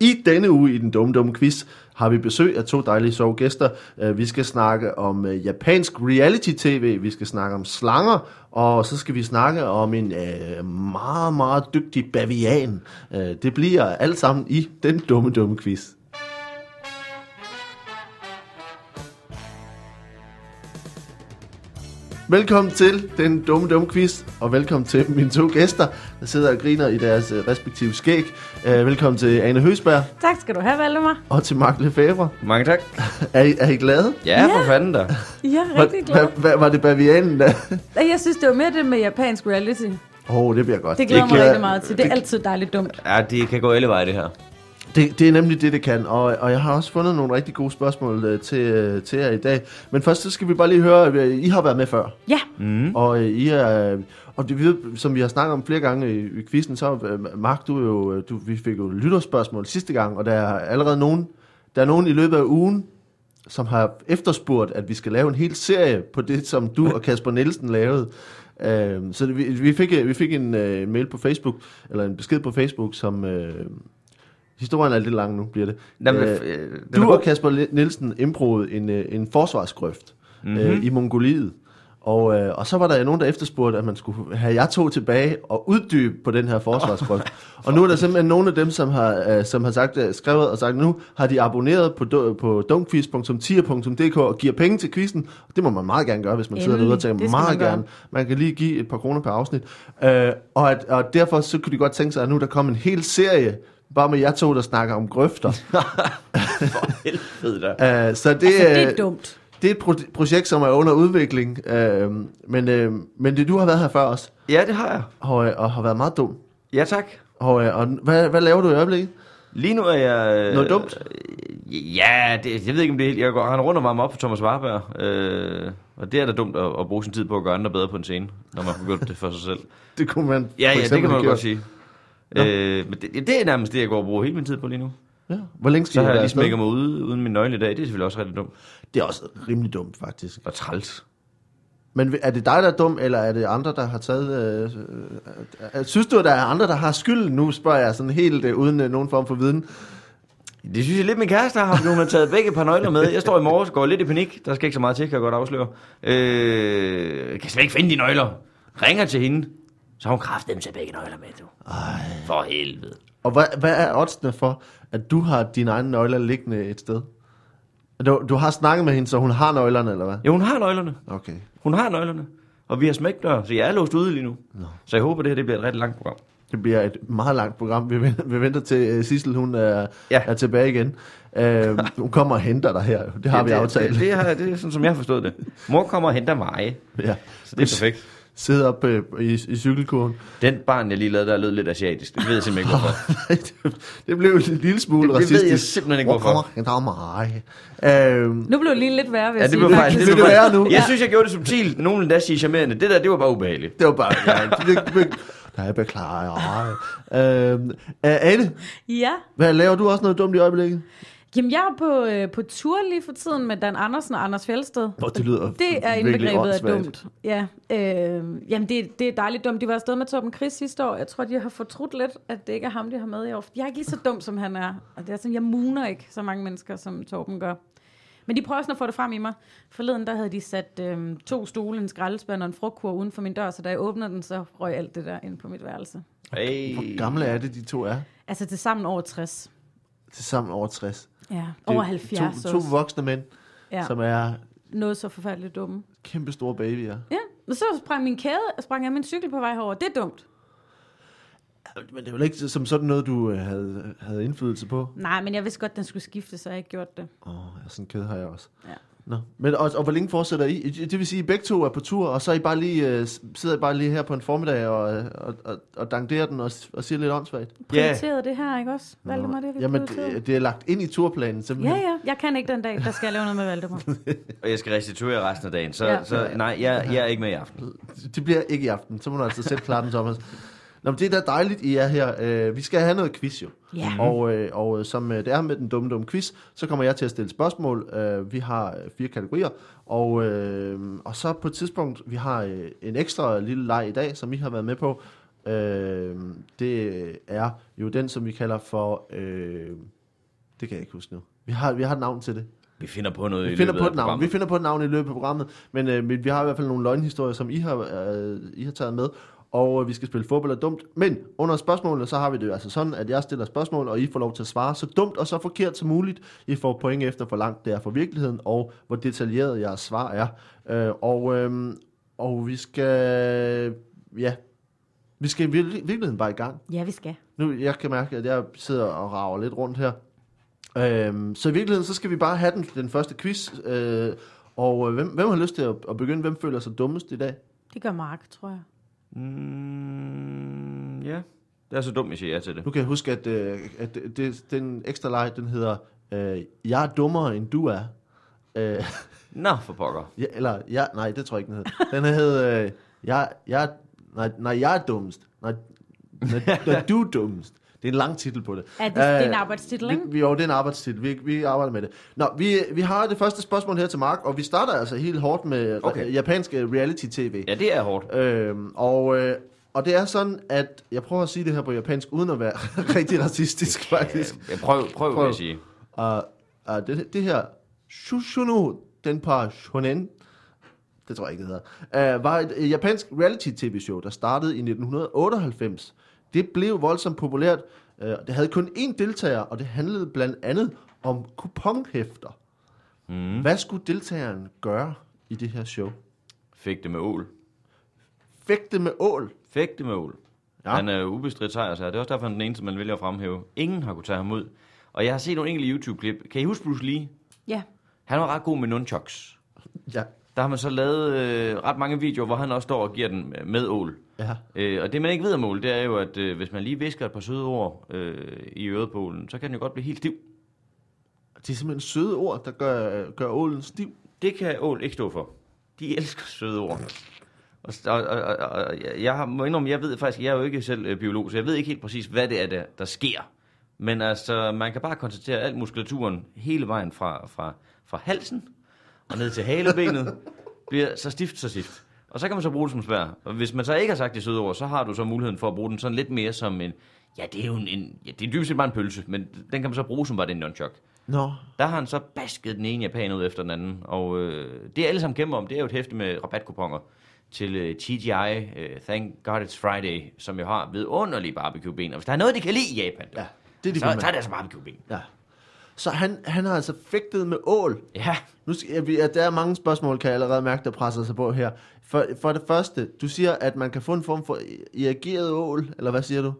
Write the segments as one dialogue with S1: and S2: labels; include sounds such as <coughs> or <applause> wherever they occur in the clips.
S1: I denne uge i den dumme dumme quiz har vi besøg af to dejlige sovegæster. Øh, Vi skal snakke om øh, japansk reality-tv, vi skal snakke om slanger, og så skal vi snakke om en øh, meget, meget dygtig bavian. Øh, det bliver alt sammen i den dumme dumme quiz. Velkommen til den dumme dumme quiz, og velkommen til mine to gæster, der sidder og griner i deres øh, respektive skæg. Øh, velkommen til Ane Høsberg
S2: Tak skal du have, Valdemar.
S1: og til Mark Lefebvre. <laughs>
S3: Mange tak.
S1: Er I, er I glade?
S3: Ja,
S2: Ja.
S3: for fanden da.
S2: Jeg er rigtig glad.
S1: Hva, hva, var det bavianen der?
S2: Ej, Jeg synes, det var mere det med japansk reality.
S1: Åh, oh, det bliver godt.
S2: Det glæder
S3: Det
S2: mig
S3: glæder-
S2: rigtig meget til. Det er altid dejligt dumt.
S3: Ja, det kan gå alle veje, det her.
S1: Det, det er nemlig det, det kan, og, og jeg har også fundet nogle rigtig gode spørgsmål øh, til, øh, til jer i dag. Men først så skal vi bare lige høre, øh, I har været med før,
S2: Ja, altså,
S3: Mm.
S1: og øh, I er, og det, ved, som vi har snakket om flere gange i, i quizzen, så øh, Mark, du, er jo, øh, du, vi fik jo lytterspørgsmål sidste gang, og der er allerede nogen, der er nogen i løbet af ugen, som har efterspurgt, at vi skal lave en hel serie på det, som du og Kasper Nielsen lavede. Øh, så det, vi, vi fik, øh, vi fik en øh, mail på Facebook, eller en besked på Facebook, som... Øh, historien er lidt lang nu, bliver det.
S3: Jamen,
S1: Øh,
S3: øh, den er
S1: du
S3: god.
S1: og Kasper Le- Nielsen indbrugede en, øh, en forsvarsgrøft mm-hmm. øh, i Mongoliet. Og, øh, og så var der nogen, der efterspurgte, at man skulle have jer to tilbage og uddybe på den her forsvarsgrøft. og nu er der simpelthen nogle af dem, som har, øh, som har sagt, øh, skrevet og sagt, nu har de abonneret på, do, på dunkquiz.tier.dk og giver penge til quizzen. Og det må man meget gerne gøre, hvis man sidder
S2: Endelig.
S1: derude og tænker,
S2: Det skal man
S1: meget
S2: gøre.
S1: gerne. Man kan lige give et par kroner per afsnit. Øh, og, at, og derfor så kunne de godt tænke sig, at nu der kom en hel serie, bare med jer to, der snakker om
S2: <laughs>
S1: grøfter.
S3: For <laughs> helvede da.
S1: Øh, så det,
S2: altså, det
S1: øh,
S2: er dumt.
S1: det er et pro- projekt, som er under udvikling. Øh, men, øh, men det, du har været her før også,
S3: Ja, det har jeg.
S1: og, øh, og har været meget dum.
S3: Ja, tak.
S1: Og, øh, og hvad, hvad laver du i øjeblikket?
S3: Lige nu er jeg... øh,
S1: Noget dumt?
S3: øh, Ja, det, jeg ved ikke, om det er helt... Jeg går, han rundt og varmer op for Thomas Warberg. Øh, og det er da dumt at, at, bruge sin tid på at gøre andre bedre på en scene, når man har gjort det for sig selv.
S1: Det kunne man
S3: <laughs> Ja,
S1: for
S3: ja, det
S1: eksempel
S3: kan man
S1: have
S3: jo
S1: gjort.
S3: godt sige.
S1: Nå.
S3: Øh, men det, det, er nærmest det, jeg går og bruger hele min tid på lige nu.
S1: Ja. Hvor længe skal
S3: Så
S1: I
S3: har jeg
S1: være
S3: lige
S1: afsted?
S3: smækket mig ude uden min nøgle i dag. Det er selvfølgelig også rigtig dumt.
S1: Det er også rimelig dumt, faktisk.
S3: Og træls.
S1: Men er det dig, der er dum, eller er det andre, der har taget... Øh, øh, øh, synes du, at der er andre, der har skylden? Nu spørger jeg sådan helt øh, uden øh, nogen form for viden.
S3: Det synes jeg lidt, min kæreste har haft. Nu har man taget begge par nøgler med. Jeg står i morges går lidt i panik. Der skal ikke så meget til, kan jeg godt afsløre. Øh, kan slet ikke finde de nøgler. Ringer til hende. Så har hun kraft dem til begge nøgler med, du. Ej. For helvede.
S1: Og hvad, hvad er oddsene for, at du har dine egne nøgler liggende et sted? Du, du har snakket med hende, så hun har nøglerne, eller hvad?
S3: Ja, hun har nøglerne.
S1: Okay.
S3: Hun har nøglerne. Og vi har smækt dør, så jeg er låst ude lige nu. No. Så jeg håber, det her det bliver et rigtig langt program.
S1: Det bliver et meget langt program. Vi venter, vi venter til uh, Sissel, hun er, ja.
S3: Ja.
S1: er tilbage igen. Uh, hun kommer og henter dig her.
S3: <laughs>
S1: Det har ja, vi
S3: det,
S1: aftalt.
S3: Det, det, det, er, det er sådan, som jeg har forstået det. Mor kommer og henter mig.
S1: Ja.
S3: Så det er perfekt.
S1: Sidder op uh, i, i cykelkurven.
S3: Den barn, jeg lige lavede, der lød lidt asiatisk. Det ved jeg simpelthen ikke, hvorfor.
S1: <laughs> det blev en lille smule
S3: Det- det
S1: racistisk.
S3: ved jeg simpelthen ikke, hvorfor.
S1: Hun kommer og henter mig. Uh,
S2: Nu blev det lige lidt værre, vil jeg
S3: Ja, det
S2: sige.
S3: blev faktisk...
S1: Vil
S3: blev
S1: det
S3: faktisk-
S1: være nu?
S3: Jeg
S1: Ja.
S3: synes, jeg gjorde det subtilt. Nogen endda siger charmerende. Det der, det var bare ubehageligt.
S1: det var bare... Ja, det, det, <laughs> nej, jeg beklager. Uh, uh, Anne,
S2: Ja.
S1: hvad laver du også noget dumt i øjeblikket?
S2: Jamen, jeg er på, øh, på tur lige for tiden med Dan Andersen og Anders Fjeldsted.
S1: Nå, det lyder
S2: Det er
S1: virkelig
S2: indbegrebet af
S1: åndssvagt.
S2: dumt. Ja, øh, jamen det, det er dejligt dumt. De var afsted med Torben Chris sidste år. Jeg tror, de har fortrudt lidt, at det ikke er ham, de har med i år. Jeg er ikke lige så dum, som han er. Og det er sådan, jeg muner ikke så mange mennesker, som Torben gør. Men de prøver sådan at få det frem i mig. Forleden der havde de sat øh, to stole, en skraldespand og en frugtkur uden for min dør, så da jeg åbner den, så røg alt det der ind på mit værelse.
S3: Hey.
S1: Hvor gamle er det, de to er?
S2: Altså til sammen over 60.
S1: Tilsammen over 60.
S2: Ja,
S1: Det er
S2: over 70
S1: To,
S2: to,
S1: to voksne mænd, ja.
S2: ja.
S1: som er
S2: Noget så forfærdeligt dumme.
S1: kæmpe store babyer.
S2: Ja, og så sprang min kæde, sprang jeg min cykel på vej herover. Det er dumt.
S1: Men det er vel ikke som sådan noget, du øh, havde, havde indflydelse på?
S2: Nej, men jeg vidste godt, den skulle skifte, så jeg ikke gjort det.
S1: Åh, oh, sådan ked har jeg også.
S2: Ja.
S1: Nå. Men, og, og hvor længe fortsætter I? Det vil sige, at I begge to er på tur, og så er I bare lige, øh, sidder I bare lige her på en formiddag og, øh, og, og, og danderer den og, og siger lidt åndssvagt?
S2: Prioriteret yeah. det her, ikke også? Valdemar, det har vi
S1: Jamen,
S2: prioriteret.
S1: det, det er lagt ind i turplanen
S2: Ja,
S1: simpelthen.
S2: ja, jeg kan ikke den dag, der skal jeg lave noget med
S3: <laughs>
S2: Valdemar.
S3: Og jeg skal restituere resten af dagen. Så,
S2: Ja.
S3: ja. så nej, jeg, jeg er ikke med i aften.
S1: Det bliver ikke i aften, så må du altså selv klare den, Thomas. Nå, men det er da dejligt, I er her. Øh, vi skal have noget quiz, jo.
S2: Ja.
S1: Og, øh, og øh, som øh, det er med den dumme, dumme quiz, så kommer jeg til at stille spørgsmål. Øh, vi har øh, fire kategorier, og, øh, og så på et tidspunkt, vi har øh, en ekstra lille leg i dag, som I har været med på, Øh, det er jo den, som vi kalder for... Øh, det kan jeg ikke huske nu. Vi har, vi har et navn til det.
S3: Vi finder på noget i
S1: Vi finder
S3: løbet
S1: på
S3: af
S1: et navn.
S3: programmet.
S1: Vi finder på et navn i løbet af programmet, men, øh, men vi har i hvert fald nogle løgnhistorier, som I har, øh, I har taget med, og øh, vi skal spille fodbold og dumt. Men under spørgsmålene, så har vi det jo altså sådan, at jeg stiller spørgsmål, og I får lov til at svare så dumt og så forkert som muligt. I får point efter, hvor langt det er fra virkeligheden, og hvor detaljeret jeres svar er. Øh, og, øh, og vi skal... Ja, vi skal i virke- virkeligheden bare i gang.
S2: Ja, vi skal.
S1: Nu, jeg kan mærke, at jeg sidder og rager lidt rundt her. Øhm, så i virkeligheden, så skal vi bare have den, den første quiz. Øh, og øh, hvem, hvem har lyst til at, at begynde? Hvem føler sig dummest i dag?
S2: Det gør Mark, tror jeg.
S3: Mm, ja. Det er så dumt, jeg siger ja til det.
S1: Nu kan jeg huske, at, øh, at det- det, den ekstra leg, den hedder øh, Jeg er dummere, end du er. Øh,
S3: Nå, for pokker.
S1: ja, eller, ja, nej, det tror jeg ikke, den hed. Den hed, øh, jeg, jeg, nej, nej, jeg er dummest. Nej, nej,
S3: <laughs>
S1: nej, du er dummest. Det er en lang titel på det.
S2: Ja, det, det er en
S1: Øh,
S2: arbejdstitel, ikke?
S1: Vi, vi, jo, det er en arbejdstitel. Vi, vi arbejder med det. Nå, vi, vi har det første spørgsmål her til Mark, og vi starter altså helt hårdt med okay.
S3: Okay.
S1: re- japansk øh, reality-tv.
S3: Ja, det er hårdt.
S1: Øhm, og, øh, og det er sådan, at jeg prøver at sige det her på japansk, uden at være <laughs> rigtig racistisk, faktisk.
S3: Ja, prøv, prøv, prøv.
S1: Prøv.
S3: vil jeg sige.
S1: Og, og det, det her, Shushuno Denpa Shonen, det tror jeg ikke, det hedder, øh, var et øh, japansk reality-tv-show, der startede i 1998. Det blev voldsomt populært. Øh, det havde kun én deltager, og det handlede blandt andet om kuponhæfter. Mm. Hvad skulle deltageren gøre i det her show?
S3: Fægte med ål.
S1: Fægte med ål.
S3: Fægte med ål.
S1: Ja.
S3: Ja. Han er ubestridt sejr, så det er også derfor, han er den eneste, man vælger at fremhæve. Ingen har kunne tage ham ud. Og jeg har set nogle enkelte YouTube-klip. Kan I huske Bruce Lee?
S2: Ja.
S3: Han var ret god med nunchucks.
S1: Ja,
S3: Der har man så lavet øh, ret mange videoer, hvor han også står og giver den øh, med ål.
S1: ja.
S3: Øh, og det, man ikke ved om ål, det er jo, at øh, hvis man lige visker et par søde ord øh, i øret på ålen, så kan den jo godt blive helt stiv.
S1: Det er simpelthen søde ord, der gør, gør ålen stiv.
S3: Det kan ål ikke stå for. De elsker søde ord. Og, og, og, og, og jeg- jeg har- må indrømme, jeg ved faktisk, jeg er jo ikke selv øh, biolog, så jeg ved ikke helt præcis, hvad det er, der, der sker. Men altså, man kan bare konstatere, at al muskulaturen hele vejen fra, fra, fra halsen og ned til halebenet bliver så stift, så stift. Og så kan man så bruge det som svær. Og hvis man så ikke har sagt de søde ord, så har du så muligheden for at bruge den sådan lidt mere som en... Ja, det er jo en... en ja, det er dybest set bare en pølse, men den kan man så bruge som bare den nunchuck.
S1: Nå,
S3: Der har han så basket den ene japan ud efter den anden, og øh, det alle sammen kæmper om, det er jo et hæfte med rabatkuponger til øh, TGI, øh, Thank God It's Friday, som jo har vidunderlige barbecue-ben. Og hvis der er noget, de kan lide i Japan,
S1: ja.
S3: ja,
S1: Det er de
S3: så,
S1: gode
S3: så er
S1: mænd.
S3: det altså barbecue-ben.
S1: Ja. Så han, han har altså fægtet med ål.
S3: Ja,
S1: Nu skal vi, at der er mange spørgsmål, kan jeg allerede mærke, der presser sig på her. For, for det første, du siger, at man kan få en form for irrigeret ål, eller hvad siger du?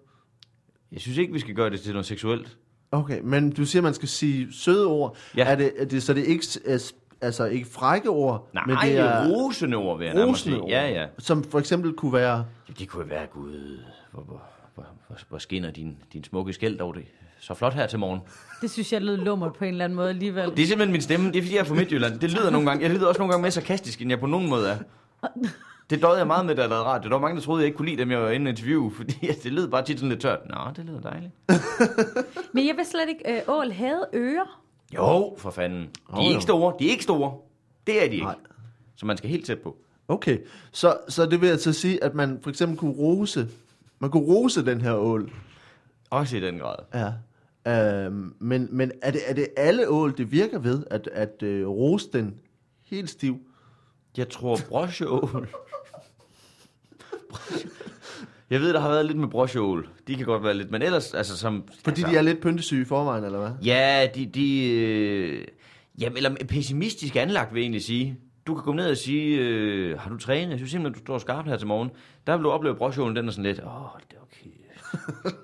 S3: jeg synes ikke, vi skal gøre det til noget seksuelt.
S1: Okay, men du siger, at man skal sige søde ord.
S3: Ja.
S1: Er det, er det, så det er ikke, s- er s- altså ikke frække ord,
S3: Nej,
S1: men det er
S3: rosende ord, vil jeg nærmere
S1: rosende
S3: sige.
S1: ord,
S3: Ja, ja.
S1: som for eksempel kunne være...
S3: Jamen, det kunne jo være, gud, hvor, hvor, hvor, hvor, hvor skinner din, din smukke skæld dog det. Så flot her til morgen.
S2: Det synes jeg lød lummert på en eller anden måde alligevel.
S3: Det er simpelthen min stemme. Det er fordi, jeg er fra Midtjylland. Det lyder nogle gange. Jeg lyder også nogle gange mere sarkastisk, end jeg på nogen måde er. Det døde jeg meget med, da jeg lavede radio. Der var mange, der troede, jeg ikke kunne lide dem, jeg var inde i interview, <laughs> fordi at det lød bare tit sådan lidt tørt. Nå, det lyder dejligt.
S2: Men jeg vil slet ikke... Øh, ål havde ører.
S3: Jo, for fanden. De
S1: Jo,
S3: er
S1: jo.
S3: ikke store. De er ikke store. Det er de ikke.
S1: Nej.
S3: Så man skal helt tæt på.
S1: Okay, så, så det vil altså sige, at man for eksempel kunne rose, man kunne rose den her ål.
S3: Også i den grad.
S1: Ja. Øhm, men men er, det, er det alle ål, det virker ved, at, at øh, rose den helt stiv?
S3: Jeg tror
S1: <laughs>
S3: brosjeål. Jeg ved, der har været lidt med brosjeål. De kan godt være lidt, men ellers, altså som...
S1: Fordi
S3: altså,
S1: de er lidt pyntesyge i forvejen, eller hvad?
S3: Ja, de... de øh, jamen, eller pessimistisk anlagt, vil jeg egentlig sige. Du kan komme ned og sige, øh, har du trænet? Jeg synes simpelthen, du står skarpt her til morgen. Der vil du opleve brosjolen, den er sådan lidt, åh, det er
S2: <laughs>
S3: okay.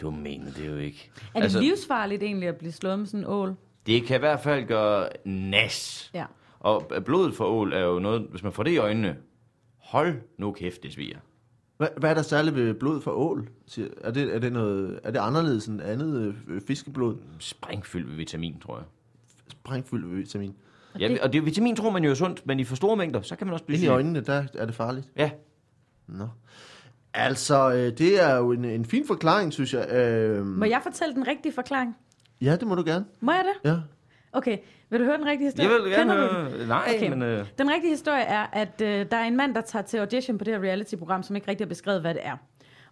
S3: du mener det jo ikke.
S2: Er det altså, livsfarligt egentlig at blive slået med sådan en ål?
S3: det kan i hvert fald gøre nas.
S2: Ja.
S3: Og blodet for ål er jo noget, hvis man får det i øjnene, hold nu kæft, det sviger.
S1: Hvad, hvad er der særligt ved blod fra ål? siger- Er det, er det, noget, er det anderledes end andet øh, fiskeblod?
S3: Sprængfyldt med vitamin, tror jeg.
S1: Sprængfyldt med vitamin.
S3: Ja,
S2: det-
S3: og det, vitamin tror man jo er sundt, men i for store mængder, så kan man også blive
S1: Ind i
S3: syg.
S1: øjnene, der er det farligt.
S3: Ja,
S1: Nå. Altså, øh, det er jo en, en fin forklaring, synes jeg. Øh,
S2: Må jeg fortælle den rigtige forklaring?
S1: ja, det må du gerne.
S2: Må jeg det?
S1: Ja.
S2: Okay, vil du høre den rigtige historie?
S3: jeg vil gerne...
S2: Kender du den?
S3: høre- Nej,
S2: Okay.
S3: okay. men... Øh,
S2: Den rigtige historie er, at øh, der er en mand, der tager til audition på det her reality-program, som ikke rigtig har beskrevet, hvad det er.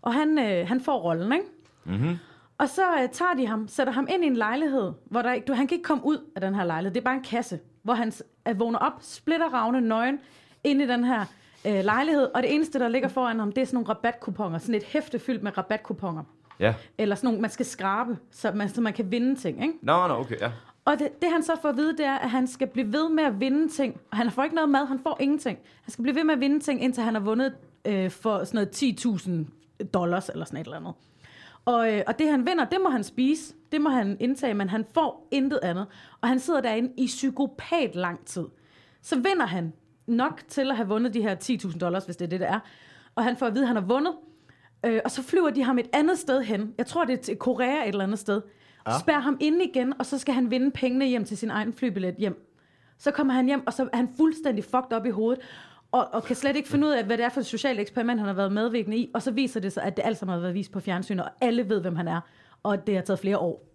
S2: Og han, øh, han får rollen, ikke?
S3: Mm-hmm.
S2: Og så øh, tager de ham, sætter ham ind i en lejlighed, hvor der ikke, du, han kan ikke komme ud af den her lejlighed. Det er bare en kasse, hvor han s- øh, vågner op, splitter ravne nøgen ind i den her øh, lejlighed. Og det eneste, der ligger foran ham, det er sådan nogle rabatkuponger. Sådan et hæfte fyldt med rabatkuponger.
S3: Ja.
S2: Eller sådan nogle, man skal skrabe, så man, så man kan vinde ting, ikke?
S3: Nå, nå, okay, ja.
S2: Og det, det han så får at vide, det er, at han skal blive ved med at vinde ting. Og han får ikke noget mad, han får ingenting. Han skal blive ved med at vinde ting, indtil han har vundet øh, for sådan noget 10.000 dollars eller sådan et eller andet. Og, øh, og det han vinder, det må han spise, det må han indtage, men han får intet andet. Og han sidder derinde i psykopat lang tid. Så vinder han nok til at have vundet de her 10.000 dollars, hvis det er det, det er. Og han får at vide, at han har vundet. Øh, og så flyver de ham et andet sted hen. Jeg tror, det er til Korea et eller andet sted. Ja. Spærrer ham inde igen, og så skal han vinde pengene hjem til sin egen flybillet hjem. Så kommer han hjem, og så er han fuldstændig fucked op i hovedet, og, og kan slet ikke finde ud af, hvad det er for et socialt eksperiment, han har været medvirkende i. Og så viser det sig, at det alt sammen har været vist på fjernsyn, og alle ved, hvem han er. Og at det har taget flere år.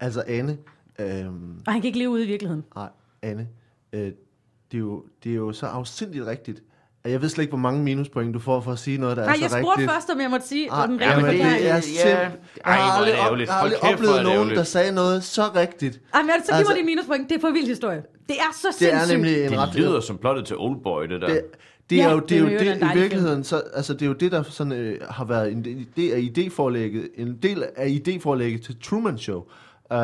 S1: Altså, Anne... Øhm,
S2: Og han kan ikke leve ude i virkeligheden.
S1: nej, Anne. Øh, det, er jo, det er jo så afsindigt rigtigt, at jeg ved slet ikke, hvor mange minuspoint du får for at sige noget, der
S2: Nej,
S1: er så
S2: jeg
S1: rigtigt.
S2: spurgte først, om jeg måtte sige ah, den rigtige
S1: jamen, det
S2: forklaring.
S1: er
S3: Ja.
S1: simpelthen...
S3: Ej,
S1: Jeg har
S3: hvor er
S1: aldrig,
S3: det
S1: op,
S3: ærgerligt.
S1: jeg har
S3: Hold
S1: aldrig
S3: kæft, hvor er
S1: oplevet
S3: det
S1: nogen,
S3: ærgerligt.
S1: der sagde noget så rigtigt.
S2: Ej, men så giver
S1: Altså-
S2: altså, mig det minuspoint. Det er for vild historie. Det er så
S1: Det
S2: sindssygt.
S1: er nemlig en
S3: Det
S1: ret...
S3: lyder som plottet til Oldboy, det der.
S1: Det, det er
S2: Ja,
S1: jo det, er jo det
S2: en
S1: i
S2: dejlig
S1: virkeligheden, så, altså det er jo det, der sådan, øh, har været en del det er idéforlægget, en del af idéforlægget til Truman Show. Uh,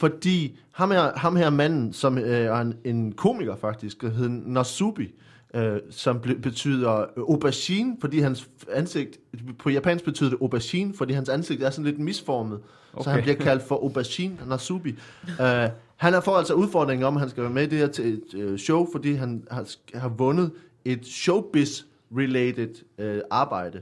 S1: fordi ham her, ham her manden, som øh, er en, en komiker faktisk, der hedder Nasubi, øh, som ble, betyder øh, aubergine, fordi hans ansigt, på japansk betyder det aubergine, fordi hans ansigt er sådan lidt misformet, okay. så han bliver kaldt for aubergine Nasubi. Øh, han har får altså udfordringen om, at han skal være med i det her til et øh, show, fordi han har, har vundet et showbiz-related øh, arbejde.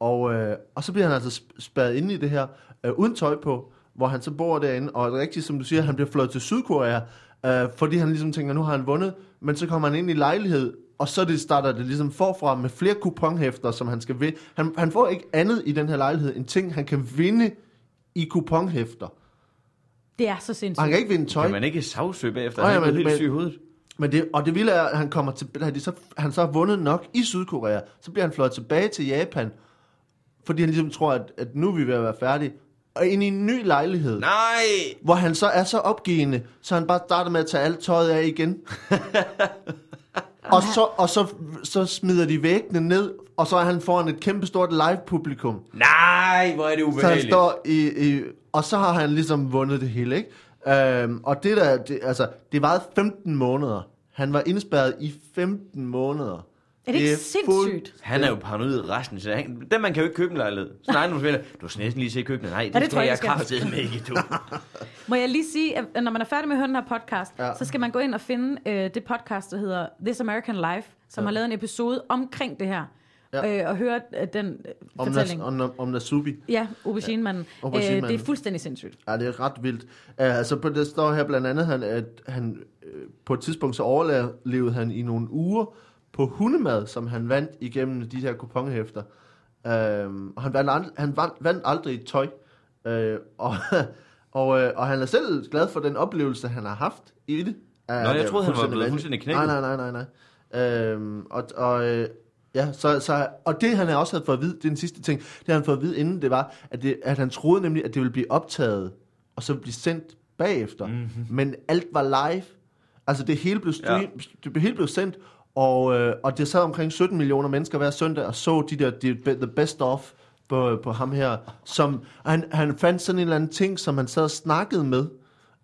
S1: Og, øh, og så bliver han altså sp- spadet ind i det her, øh, uden tøj på, hvor han så bor derinde, og rigtigt som du siger, han bliver fløjet til Sydkorea, øh, fordi han ligesom tænker, nu har han vundet, men så kommer han ind i lejlighed, og så det starter det ligesom forfra med flere kuponhæfter, som han skal vinde. Han, han får ikke andet i den her lejlighed, end ting, han kan vinde i kuponhæfter.
S2: Det er
S1: Og
S2: så
S1: han
S2: sindssygt.
S1: kan ikke vinde tøj.
S3: Kan man ikke savsøge bagefter?
S1: Nå,
S3: Han er
S1: ja,
S3: blevet
S1: men-
S3: helt
S1: men-
S3: syg i hovedet.
S1: Men det, og det vilde er, at han, kommer til, at de så, han så har vundet nok i Sydkorea. Så bliver han fløjet tilbage til Japan, fordi han ligesom tror, at, at nu er vi ved at være færdige. Og ind i en ny lejlighed, Nej.
S3: Nej!
S1: hvor han så er så opgivende, så han bare starter med at tage alt tøjet af
S3: <laughs>
S1: igen. og så, og så, så smider de væggene ned, og så er han foran et kæmpestort live-publikum.
S3: Nej, hvor er det
S1: Så han
S3: ubehageligt.
S1: står i, i, og så har han ligesom vundet det hele, ikke? Øhm, og det der, det, altså, det varede 15 måneder. Han var indspærret i 15 måneder.
S2: Er det ikke sindssygt?
S3: Han er jo paranoid resten, så han, den man kan jo ikke købe en lejlighed. Så nej, nu spiller, du skal næsten lige se køkkenet. Nej, det,
S2: det
S3: det
S2: tror
S3: skal
S2: jeg,
S3: jeg
S2: vi skal.
S3: kraftedeme ikke, du.
S2: Må jeg lige sige, at når man er færdig med at høre den her podcast, ja. så skal man gå ind og finde øh, det podcast, der hedder This American Life, som ja. har lavet en episode omkring det her.
S1: Ja.
S2: Ja. Øh, og høre øh, den øh,
S1: Om, Nas,
S2: fortællingen.
S1: om, om Nasubi.
S2: Ja, auberginemanden. Ja,
S1: Auberginemanden.
S2: øh, det er fuldstændig sindssygt.
S1: Ja, det er ret vildt. Uh, altså, på det står her blandt andet, han, at han øh, på et tidspunkt så overlevede han i nogle uger på hundemad, som han vandt igennem de her kuponhæfter. Uh, og han vandt, ald- han vandt, vandt aldrig et tøj. Uh, og, <laughs> og, øh, og han er selv glad for den oplevelse, han har haft i det. Uh, Nå,
S3: jeg troede, han var blevet fuldstændig knækket.
S1: Nej, nej, nej, nej. nej. Uh, og, og, øh, Ja, så, så, og det han også havde fået at vide, det er den sidste ting, det han havde fået at vide inden, det var, at, det, at han troede nemlig, at det ville blive optaget, og så ville blive sendt bagefter.
S3: Mhm.
S1: Mm-hmm. Men alt var live. Altså det hele blev, stream, ja. det hele blev sendt, og, øh, og det sad omkring 17 millioner mennesker hver søndag, og så de der de, the best of på, på ham her. Som, og han, han fandt sådan en eller anden ting, som han sad og snakkede med.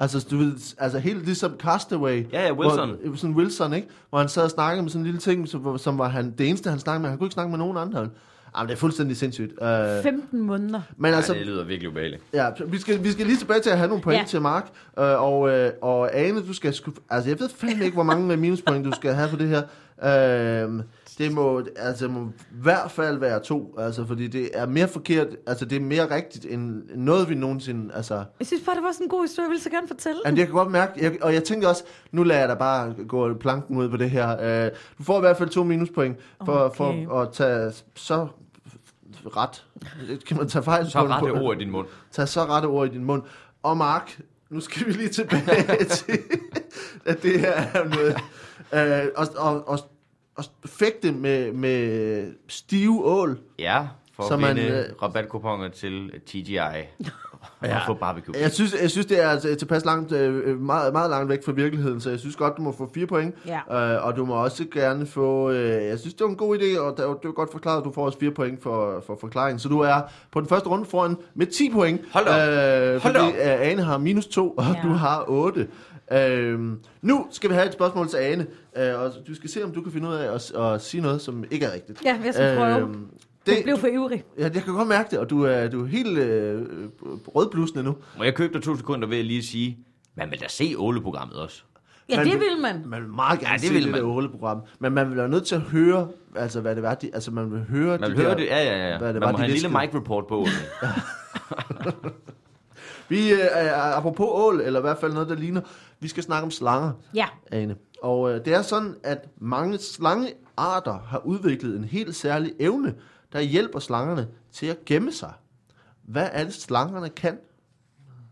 S1: Altså, du ved, altså helt ligesom Castaway.
S3: Ja, ja, Wilson.
S1: Hvor, øh, sådan Wilson, ikke? Hvor han sad og snakkede med sådan en lille ting, som, som var han, det eneste, han snakkede med. Han kunne ikke snakke med nogen andre. Jamen, det er fuldstændig sindssygt. Uh,
S2: 15 måneder.
S1: men <laughs>
S3: Nej,
S1: altså,
S3: det lyder virkelig ubehageligt.
S1: ja, vi, skal, vi skal lige tilbage til at have nogle point ja.
S2: Ja.
S1: til Mark. Uh, og, uh, og Ane, du skal... Sku, altså, jeg ved fandme ikke, hvor mange minuspoint, du skal have for det her. Uh, det må, altså, må i hvert fald være to, altså, fordi det er mere forkert, altså det er mere rigtigt end noget, vi nogensinde... Altså,
S2: Jeg synes bare, det var sådan en god historie, jeg ville så gerne fortælle.
S1: Jamen, jeg kan godt mærke, jeg, og jeg tænker også, nu lader jeg dig bare gå planken ud på det her. Øh, du får i hvert fald to minuspoint for, okay.
S2: Okay.
S1: for at tage så ret. Kan man tage fejl
S3: Så
S1: på en-
S3: rette
S1: på-
S3: ord i din mund.
S1: Tag så rette ord i din mund. Og Mark, nu skal vi lige
S3: <laughs>
S1: tilbage til, at det her er noget. Øh, og, og, og og fægte med, med stive ål.
S3: Ja, for
S1: Så
S3: så at
S1: man,
S3: man, vinde
S1: øh,
S3: rabatkuponger til
S1: <laughs>
S3: TGI og
S1: Ja.
S3: ja. få barbecue.
S1: Jeg synes, jeg synes det er altså tilpas langt, øh, meget, meget langt væk fra virkeligheden, så jeg synes godt, du må få fire point.
S2: Ja.
S1: Øh, og du må også gerne få... Øh, jeg synes, det var en god idé, og det var, det var godt forklaret, at du får også fire point for, for forklaringen. Så du er på den første runde foran med 10 point.
S3: Hold da op.
S1: Øh,
S3: Hold
S1: fordi
S3: da op.
S1: øh, Ane har minus 2, og
S2: Ja.
S1: ja. du har 8. Øhm, nu skal vi have et spørgsmål til Ane, øh, og du skal se, om du kan finde ud af at, at sige noget, som ikke er rigtigt. Øhm,
S2: Ja, jeg skal prøve. Det,
S1: det,
S2: Øhm, det blev for ivrig.
S1: ja, jeg kan godt mærke det, og du er, du er helt øh, rødblusende nu.
S3: Må jeg købe dig to sekunder ved at lige sige, man vil da se Åle-programmet også.
S2: Ja,
S1: Men
S2: det
S1: du-
S2: vil man.
S1: Man vil meget gerne
S3: Ja,
S1: ja,
S3: det
S1: det se
S3: vil
S1: det
S3: man.
S1: der Ole-program, men man vil være nødt til at høre, altså hvad det var, de, altså man vil høre
S3: Man
S1: de
S3: vil høre
S1: der,
S3: det, ja, ja, ja.
S1: hvad det
S3: Man
S1: var,
S3: må
S1: de
S3: have en lille
S1: hviskede.
S3: mic-report
S1: <laughs>
S3: på Åle.
S1: Vi, øh, apropos ål, eller i hvert fald noget, der ligner, vi skal snakke om slanger,
S2: Ja,
S1: Ane. Og øh, det er sådan, at mange slangearter har udviklet en helt særlig evne, der hjælper slangerne til at gemme sig. Hvad er det, slangerne kan?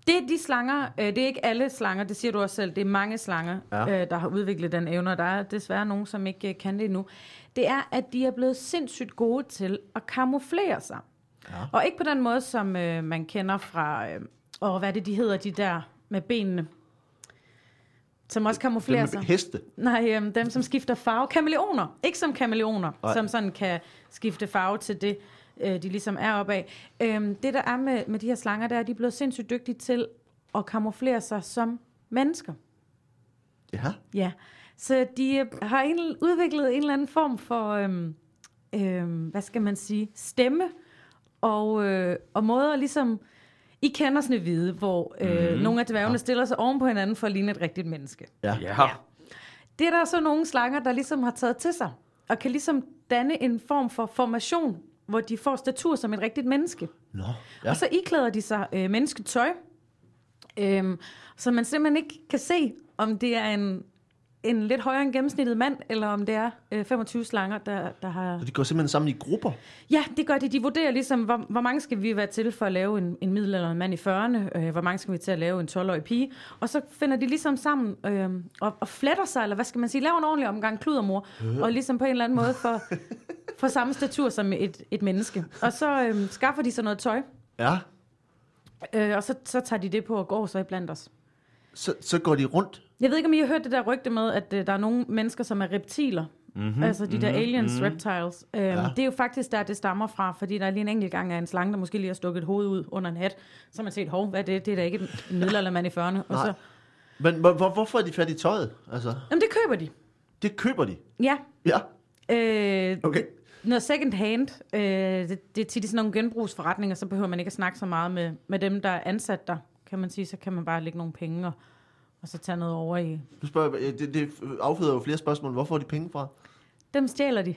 S2: det er de slanger, øh, det er ikke alle slanger, det siger du også selv, det er mange slanger,
S1: Ja.
S2: ja. øh, der har udviklet den evne, og der er desværre nogen, som ikke øh, kan det endnu. Det er, at de er blevet sindssygt gode til at kamuflere sig. Ja. Og ikke på den måde, som øh, man kender fra, øh, og hvad er det, de hedder, de der med benene, som også kamuflerer
S1: Det
S2: sig.
S1: med heste.
S2: Nej, øhm, dem som skifter farve. Kameleoner. Ikke som kameleoner,
S1: Nej.
S2: Ej. som sådan kan skifte farve til det, øh, de ligesom er oppe af. Øhm, det der er med, med de her slanger, det er, at de er blevet sindssygt dygtige til at kamuflere sig som mennesker.
S1: Ja.
S2: Ja, så de øh, har en, udviklet en eller anden form for, øhm, øhm, hvad skal man sige, stemme og, øh, og måder ligesom... I kender Snevide, hvor øh, mm. nogle af dværgene stiller sig oven på hinanden for at ligne et rigtigt menneske.
S1: Ja.
S3: Ja.
S2: Det er der så nogle slanger, der ligesom har taget til sig, og kan ligesom danne en form for formation, hvor de får statur som et rigtigt menneske.
S1: Nå.
S2: Ja.
S1: Ja.
S2: Og så iklæder de sig øh, mennesketøj, øhm, så man simpelthen ikke kan se, om det er en, en lidt højere end gennemsnittet mand, eller om det er øh, 25 slanger, der, der har...
S1: Så de går simpelthen sammen i grupper.
S2: Ja, det gør de. De vurderer ligesom, hvor, hvor mange skal vi være til for at lave en, en middelalderen mand i 40'erne, øh, hvor mange skal vi til at lave en 12-årig pige, og så finder de ligesom sammen øh, og, og fletter sig, eller hvad skal man sige, laver en ordentlig omgang kludermor, og ligesom på en eller anden måde for, for samme statur som et, et menneske. Og så øh, skaffer de sig noget tøj,
S1: Ja.
S2: øh, og så, så tager de det på og går så iblandt os.
S1: Så, så går de rundt.
S2: Jeg ved ikke, om I har hørt det der rygte med, at øh, der er nogle mennesker, som er reptiler. Mm-hmm, altså de der aliens, mm-hmm. reptiles. Øhm, ja. Det er jo faktisk der, det stammer fra, fordi der er lige en enkelt gang af en slange, der måske lige har stukket et hoved ud under en hat. Så har man set, hov, hvad er det? Det er da ikke en middelaldermand i 40'erne. Og
S1: Nej.
S2: så,
S1: Men hvor, hvor- hvorfor er de fat i tøjet? Altså,
S2: jamen, det køber de.
S1: det køber de.
S2: Ja.
S1: Ja.
S2: Øh,
S1: Okay.
S2: Noget second hand, øh, det, det er tit i sådan nogle genbrugsforretninger, så behøver man ikke at snakke så meget med, med dem, der er ansat der, kan man sige. Så kan man bare lægge nogle penge og, og så tage noget over i...
S1: Du spørger, jeg- det, det afføder jo flere spørgsmål. Hvor får de penge fra?
S2: Dem stjæler de.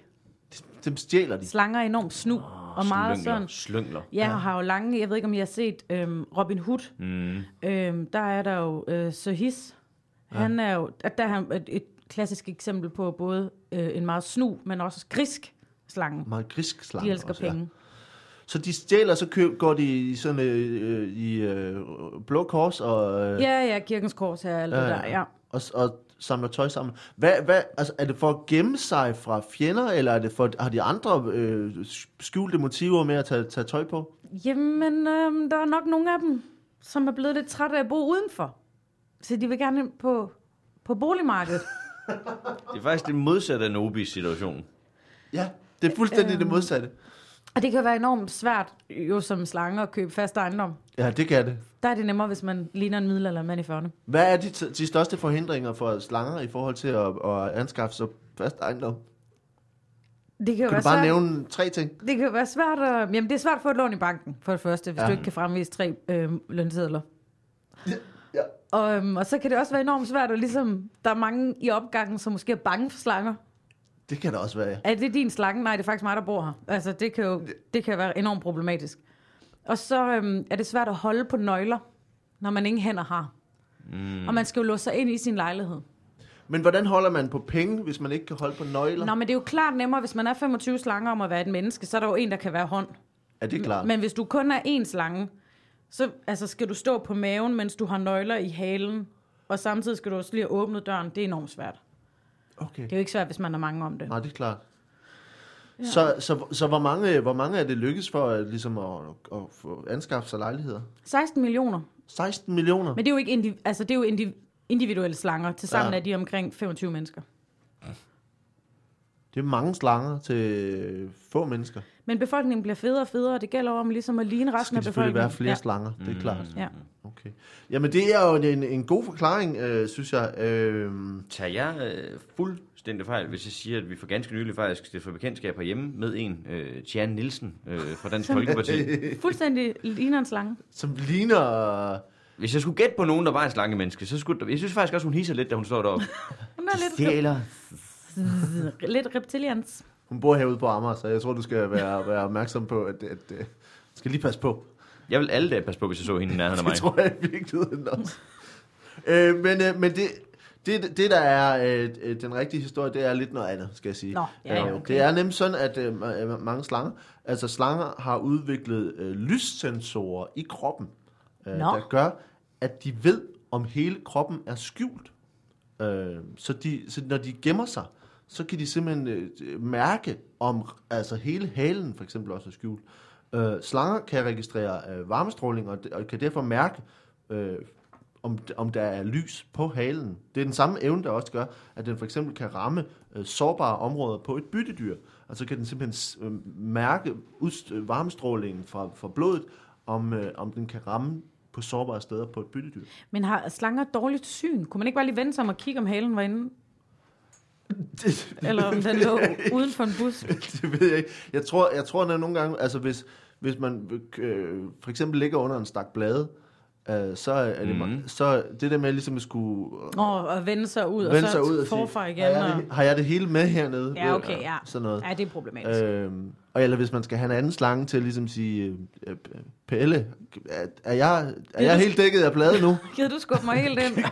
S1: De- Dem stjæler de.
S2: Slanger er enormt snu oh, og meget sådan...
S3: Slyngler.
S2: Ja, og har jo lange, jeg ved ikke om I har set øhm, Robin Hood, mm. øhm, der er der jo øh, Sir His. Han er jo, at der er han et, et klassisk eksempel på både øh, en meget snu, men også grisk slange.
S1: Meget grisk slange
S2: De elsker
S1: også,
S2: også, penge.
S1: Ja. Så de stjæler, så køb, går de i sådan øh, øh, i øh, blå kors og, øh,
S2: Ja, ja, ja kirkens kors her, alt det
S1: Ja,
S2: der, ja.
S1: og, og samler tøj sammen. Hvad, hvad, altså, er det for at gemme sig fra fjender, eller er det for, har de andre øh, skjulte motiver med at tage, tage tøj på?
S2: Jamen, øhm, der er nok nogle af dem, som er blevet lidt trætte af at bo udenfor. Så de vil gerne ind på, på boligmarkedet.
S3: Det er faktisk det modsatte af Nobis situation.
S1: Ja, det er fuldstændig
S2: Øh.
S1: det modsatte.
S2: og det kan være enormt svært, jo som slange, at købe fast ejendom.
S1: Ja, det kan det.
S2: Der er det nemmere, hvis man ligner en middelaldermand i 40'erne.
S1: Hvad er de, t- de største forhindringer for slanger i forhold til at, at anskaffe sig fast ejendom?
S2: Det kan, jo
S1: Kan
S2: være
S1: du bare
S2: svært.
S1: nævne tre ting?
S2: Det kan jo være svært at... Jamen, det er svært at få et lån i banken, for det første, hvis
S1: Ja.
S2: ja. du ikke kan fremvise tre øh, lønsedler.
S1: Ja.
S2: Og, øhm, og så kan det også være enormt svært at ligesom... Der er mange i opgangen, som måske er bange for slanger.
S1: Det kan der også være, ja.
S2: Er det din slange? Nej, det er faktisk mig, der bor her. Altså, det kan jo det kan være enormt problematisk. Og så øhm, er det svært at holde på nøgler, når man ingen hænder har. Mm. Og man skal jo låse sig ind i sin lejlighed.
S1: Men hvordan holder man på penge, hvis man ikke kan holde på nøgler?
S2: Nå, men det er jo klart nemmere, hvis man er 25 slanger om at være et menneske, så er der jo en, der kan være hånd.
S1: er det klart?
S2: Men hvis du kun er én slange, så altså, skal du stå på maven, mens du har nøgler i halen, og samtidig skal du også lige have åbnet døren. Det er enormt svært.
S1: Okay.
S2: Det er jo ikke svært, hvis man har mange om det.
S1: Nej, det er klart. Ja. Så, så, så hvor, mange, hvor mange er det lykkes for at, ligesom at, at få anskaffe sig lejligheder?
S2: 16 millioner.
S1: 16 millioner?
S2: Men det er jo, ikke indiv- altså, det er jo indiv- individuelle slanger. Tilsammen
S1: Ja.
S2: ja. er de omkring 25 mennesker.
S1: Det er mange slanger til få mennesker.
S2: Men befolkningen bliver federe og federe, og det gælder om ligesom at ligne
S1: Så
S2: resten
S1: skal
S2: af
S1: der selvfølgelig
S2: befolkningen.
S1: være flere ja.
S2: ja.
S1: slanger, det er klart.
S2: Ja.
S1: Okay. Jamen, det er jo en, en god forklaring, øh, synes jeg. Øh,
S3: Tager jeg øh, fuldstændig fejl, hvis jeg siger, at vi for ganske nylig faktisk stiftede bekendtskab herhjemme med en, øh, Tjern Nielsen øh,
S2: <laughs>
S3: fra Dansk Folkeparti.
S2: Fuldstændig ligner en slange.
S1: som ligner...
S3: Hvis jeg skulle gætte på nogen, der var en slange menneske, så skulle der- Jeg synes faktisk også, hun hisser lidt, da hun
S2: <laughs>
S3: står deroppe.
S2: Hun er lidt,
S3: Stjæler.
S2: <laughs> lidt reptilians.
S1: Hun bor herude på Amager, så jeg tror, du skal være, være opmærksom på, at, at, at skal lige passe på.
S3: Jeg vil alle dage passe på, hvis jeg så hende
S2: <laughs>
S3: i nærheden af mig.
S1: Det tror jeg i virkeligheden også. øh, men øh, men det, det, det, der er øh, øh, den rigtige historie, det er lidt noget andet, skal jeg sige.
S2: Nå, ja, ja,
S1: Øh,
S2: okay.
S1: Det er nemlig sådan, at øh, ma- øh, mange slanger, altså slanger har udviklet øh, lyssensorer i kroppen, øh,
S2: Nå.
S1: der gør, at de ved, om hele kroppen er skjult. Øh, så, de, så når de gemmer sig, så kan de simpelthen øh, øh, mærke, om altså hele halen for eksempel også er skjult. Øh, slanger kan registrere øh, varmestråling, og, de, og kan derfor mærke, øh, om, om der er lys på halen. Det er den samme evne, der også gør, at den for eksempel kan ramme øh, sårbare områder på et byttedyr. Og så kan den simpelthen s- øh, mærke udst- øh, varmestrålingen fra, fra blodet, om, øh, om den kan ramme på sårbare steder på et byttedyr.
S2: <laughs> Men har slanger dårligt syn? Kunne man ikke bare lige vende sig om og kigge, om halen var inde? Eller om den
S1: <laughs>
S2: lå uden for en bus?
S1: det ved jeg ikke. Jeg tror, jeg tror at nogle gange, altså hvis, hvis man øh, for eksempel ligger under en stak blade, øh, så er det, mm. så det der med ligesom at skulle
S2: Nå, og vende sig ud,
S1: vende
S2: og så
S1: sig ud og
S2: forfra igen.
S1: har, jeg
S2: Og...
S1: det, har jeg det hele med hernede?
S2: Ja, okay, ja.
S1: Sådan noget.
S2: Ja, det er problematisk.
S1: Øhm, og eller hvis man skal have en anden slange til at ligesom sige, øh, øh, Pelle, er, er jeg, er jeg helt dækket af blade
S2: <laughs>
S1: nu?
S2: Gider du skubbe mig helt
S1: <laughs>
S2: ind?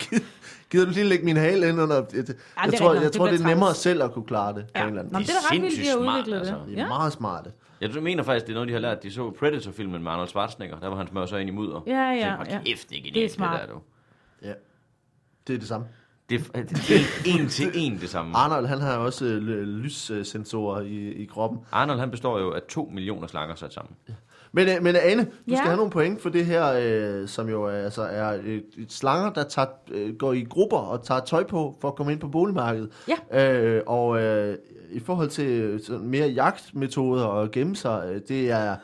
S1: Gider du lige lægge min hale ind under... Et, jeg,
S2: er
S1: tror,
S2: rigtigt,
S1: jeg
S2: det
S1: tror, det
S2: bliver
S1: er nemmere
S2: træls.
S1: selv at kunne klare det. Ja. På en eller anden.
S2: Nå,
S1: måde.
S2: men det er da ret vildt,
S3: sindssygt
S2: de har
S3: smart,
S2: udviklet det.
S3: altså.
S1: De er
S2: Ja.
S1: meget smarte.
S3: Jeg mener faktisk, det er noget, de har lært. De så Predator-filmen med Arnold Schwarzenegger. Der var han smør så ind i mudder.
S2: Ja, ja,
S3: Jeg tænkte,
S2: ja.
S3: "Hold kæft, det er genialt,
S2: Det er
S3: det,
S2: smart.
S3: der, du.
S1: Ja. Det er det samme.
S3: Det er, det er en til en det samme.
S1: Mm. Arnold, han har også øh, l- lyssensorer i, i kroppen.
S3: Arnold, han består jo af to millioner slanger sat sammen.
S1: Men, øh, men Ane, du ja.
S2: Ja.
S1: skal have nogle point for det her, øh, som jo øh, altså er et, et slanger, der tager, øh, går i grupper og tager tøj på for at komme ind på boligmarkedet. Ja. Øh, og øh, i forhold til øh, sådan mere jagtmetoder og gemme sig, øh, det er...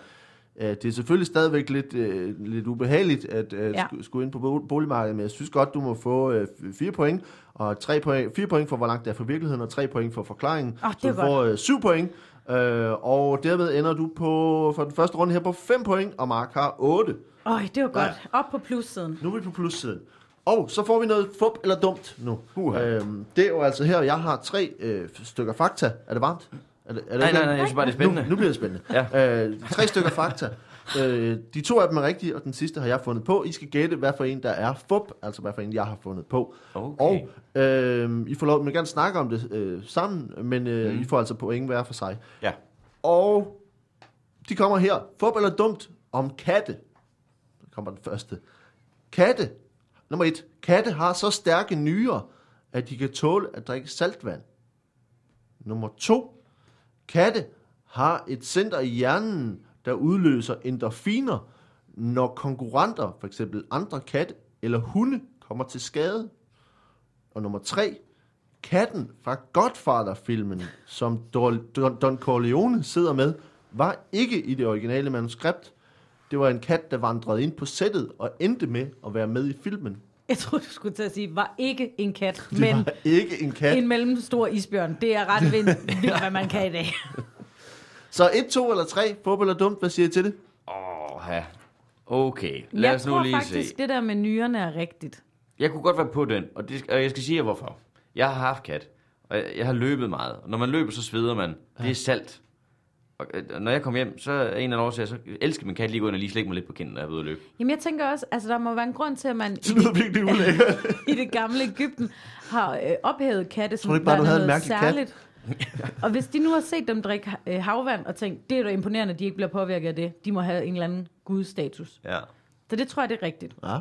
S1: øh, Det er selvfølgelig stadigvæk lidt, øh, lidt ubehageligt at øh,
S2: Ja.
S1: ja. skulle ind på bo- boligmarkedet, men jeg synes godt, du må få øh, 4 point, og 3 point, 4 point for, hvor langt det er fra virkeligheden, og 3 point for forklaringen.
S2: Åh, Ah, det
S1: så
S2: er
S1: du får øh, 7 point, øh, og derved ender du på, for den første runde her på 5 point, og Mark har 8.
S2: Øj, det var godt. Op på plussiden. <laughs>
S1: Nu er vi på plussiden. Og så får vi noget fup eller dumt nu.
S3: Uha.
S1: Øhm, det er jo altså her, jeg har tre øh, stykker fakta. Er det varmt? Er det, er det
S3: Nej,
S1: ikke-
S3: nej, nej, jeg synes bare, det er spændende.
S1: Nu, nu bliver det spændende. ja. øh, tre stykker fakta. Øh, de to af dem er rigtige, og den sidste har jeg fundet på. I skal gætte, hvad for en der er fup, altså hvad for en jeg har fundet på.
S3: Okay.
S1: Og øh, I får lov, at gerne snakke om det øh, sammen, men øh, mm. I får altså point hver for sig.
S3: Ja.
S1: Og de kommer her. Fup eller dumt om katte. Der kommer den første. Katte. Nummer et. Katte har så stærke nyrer, at de kan tåle at drikke saltvand. Nummer to. Katte har et center i hjernen, der udløser endorfiner, når konkurrenter, f.eks. andre katte eller hunde, kommer til skade. Og nummer tre, katten fra Godfather-filmen, som Don, Don, Don Corleone sidder med, var ikke i det originale manuskript. Det var en kat, der vandrede ind på sættet og endte med at være med i filmen.
S2: Jeg troede, du skulle til at sige, var ikke en kat,
S1: <laughs> Det
S2: men
S1: var ikke en kat.
S2: en mellemstor isbjørn. Det er ret vildt, vildt, hvad man kan i dag.
S1: Så et, to eller tre, fodbold eller dumt, hvad siger I til det?
S3: Åh, ja. Okay, <laughs> lad
S2: Jeg
S3: os nu
S2: tror
S3: lige
S2: faktisk,
S3: se.
S2: det der med nyrerne er rigtigt.
S3: Jeg kunne godt være på den, og, det, og jeg skal sige jer hvorfor. Jeg har haft kat, og jeg, jeg har løbet meget. Og når man løber, så sveder man. Det er salt. Og, øh, og når jeg kom hjem, så er en eller anden årsag, så elsker min kat lige gå ind og lige slikke mig lidt på kinden, når jeg er ude at løbe.
S2: Jamen, jeg tænker også, altså der må være en grund til, at man i
S1: Det
S2: det,
S1: lyder virkelig ulækkert.
S2: <laughs> i det gamle Ægypten har øh, ophævet katte, som
S1: Tror du ikke bare, du
S2: værende
S1: havde en
S2: noget
S1: mærkelig kat?
S2: <laughs> og hvis de nu har set dem drikke øh, havvand og tænkt, det er da imponerende, at de ikke bliver påvirket af det. De må have en eller anden gudstatus.
S3: Ja.
S2: Så det tror jeg, det er rigtigt.
S1: Ja.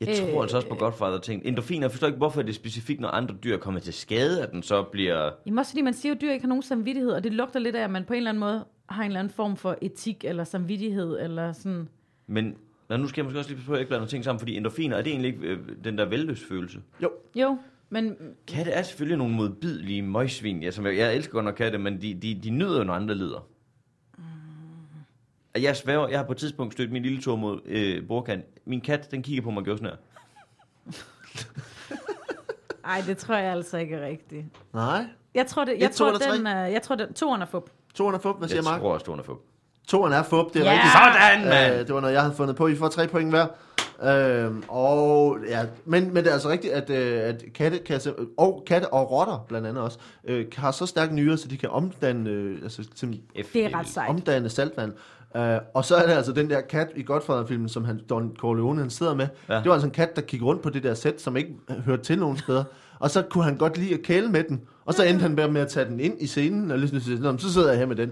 S3: Jeg tror øh, altså også på Godfather ting. Endorfiner, jeg forstår ikke, hvorfor det er specifikt, når andre dyr kommer til skade, at den så bliver...
S2: Jamen også fordi man siger, at dyr ikke har nogen samvittighed, og det lugter lidt af, at man på en eller anden måde har en eller anden form for etik eller samvittighed, eller sådan...
S3: Men Nå, nu skal jeg måske også lige passe på, at jeg ikke blander ting sammen, fordi endorfiner, er det egentlig ikke øh, den der velløsfølelse?
S1: Jo,
S2: Jo, men
S3: Katte er selvfølgelig nogle modbydelige møgsvin. Jeg, som jeg, jeg elsker godt nok katte, men de, de, de nyder, når andre lider. Og Jeg sværger, jeg har på et tidspunkt stødt min lille tur mod øh, bordkant. Min kat, den kigger på mig og gjorde sådan her.
S2: nej, det tror jeg altså ikke er rigtigt.
S1: nej.
S2: Jeg tror, det, jeg
S1: Et, to
S2: tror,
S1: eller tre?
S2: den, er, jeg tror den, toren er fup.
S1: Toren er fup, hvad siger
S3: Jeg
S1: Mark?
S3: tror også, hun er fup.
S1: Toren er fup, det er
S2: Ja!
S1: rigtigt.
S3: Sådan, mand!
S1: Øh, det var noget, jeg havde fundet på. I får tre point hver. Øhm, og, ja, men, men det er altså rigtigt, at, øh, at katte, kan, sim- og katte og rotter blandt andet også, øh, har så stærke nyrer, så de kan omdanne, øh, altså, simpelthen
S3: F-
S2: Det er ret sejt.
S1: omdanne saltvand. Øh, og så er det altså den der kat i Godfather-filmen, som han, Don Corleone han sidder med.
S3: Ja.
S1: Ja. Det var altså en kat, der gik rundt på det der sæt, som ikke øh, hørte til nogen steder. Og så kunne han godt lide at kæle med den. Og så endte han bare med at tage den ind i scenen, og ligesom sige, "Nå, men så sidder jeg her med den.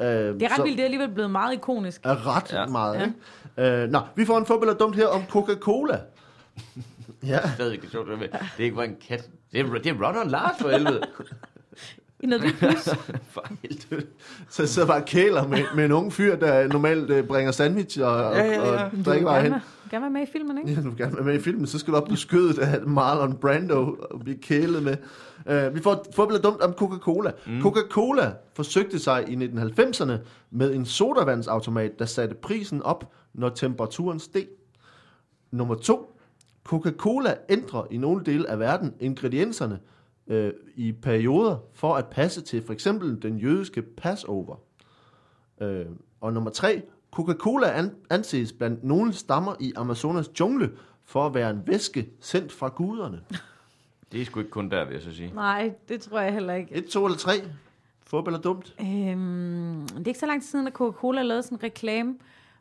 S1: Øh,
S2: Det er ret vildt, det er alligevel blevet meget
S1: <laughs>
S2: ikonisk.
S1: er ret
S3: Ja.
S1: ja. meget. Ja. Øh, nå, vi får en fodbold dumt her om Coca-Cola. ja,
S3: Det er ikke sjovt, det er med. Det er ikke bare en kat. Det er, det er Ron Lars for helvede.
S2: I noget nyt plus.
S3: for helvede.
S1: så jeg sidder bare og kæler med, med en ung fyr, der normalt øh, bringer sandwich og, og,
S3: Ja, ja, ja.
S1: og
S2: Men du vil
S1: drikkevarer hen.
S2: gerne, være- gerne være med i filmen, ikke?
S1: Ja, du vil gerne være med i filmen, så skal du op på skødet af Marlon Brando og blive kælet med. Uh, vi får fodbold er dumt om Coca-Cola. Mm. Coca-Cola forsøgte sig i 1990'erne med en sodavandsautomat, der satte prisen op, når temperaturen steg. Nummer to. Coca-Cola ændrer i nogle dele af verden ingredienserne øh, i perioder for at passe til for eksempel den jødiske Passover. Øh, og nummer tre, Coca-Cola an, anses blandt nogle stammer i Amazonas jungle for at være en væske sendt fra guderne.
S3: Det er sgu ikke kun der, vil jeg så sige.
S2: Nej, det tror jeg heller ikke.
S1: Et, to eller tre. Fup eller dumt?
S2: Øhm, det er ikke så lang tid siden, at Coca-Cola lavede sådan en reklame,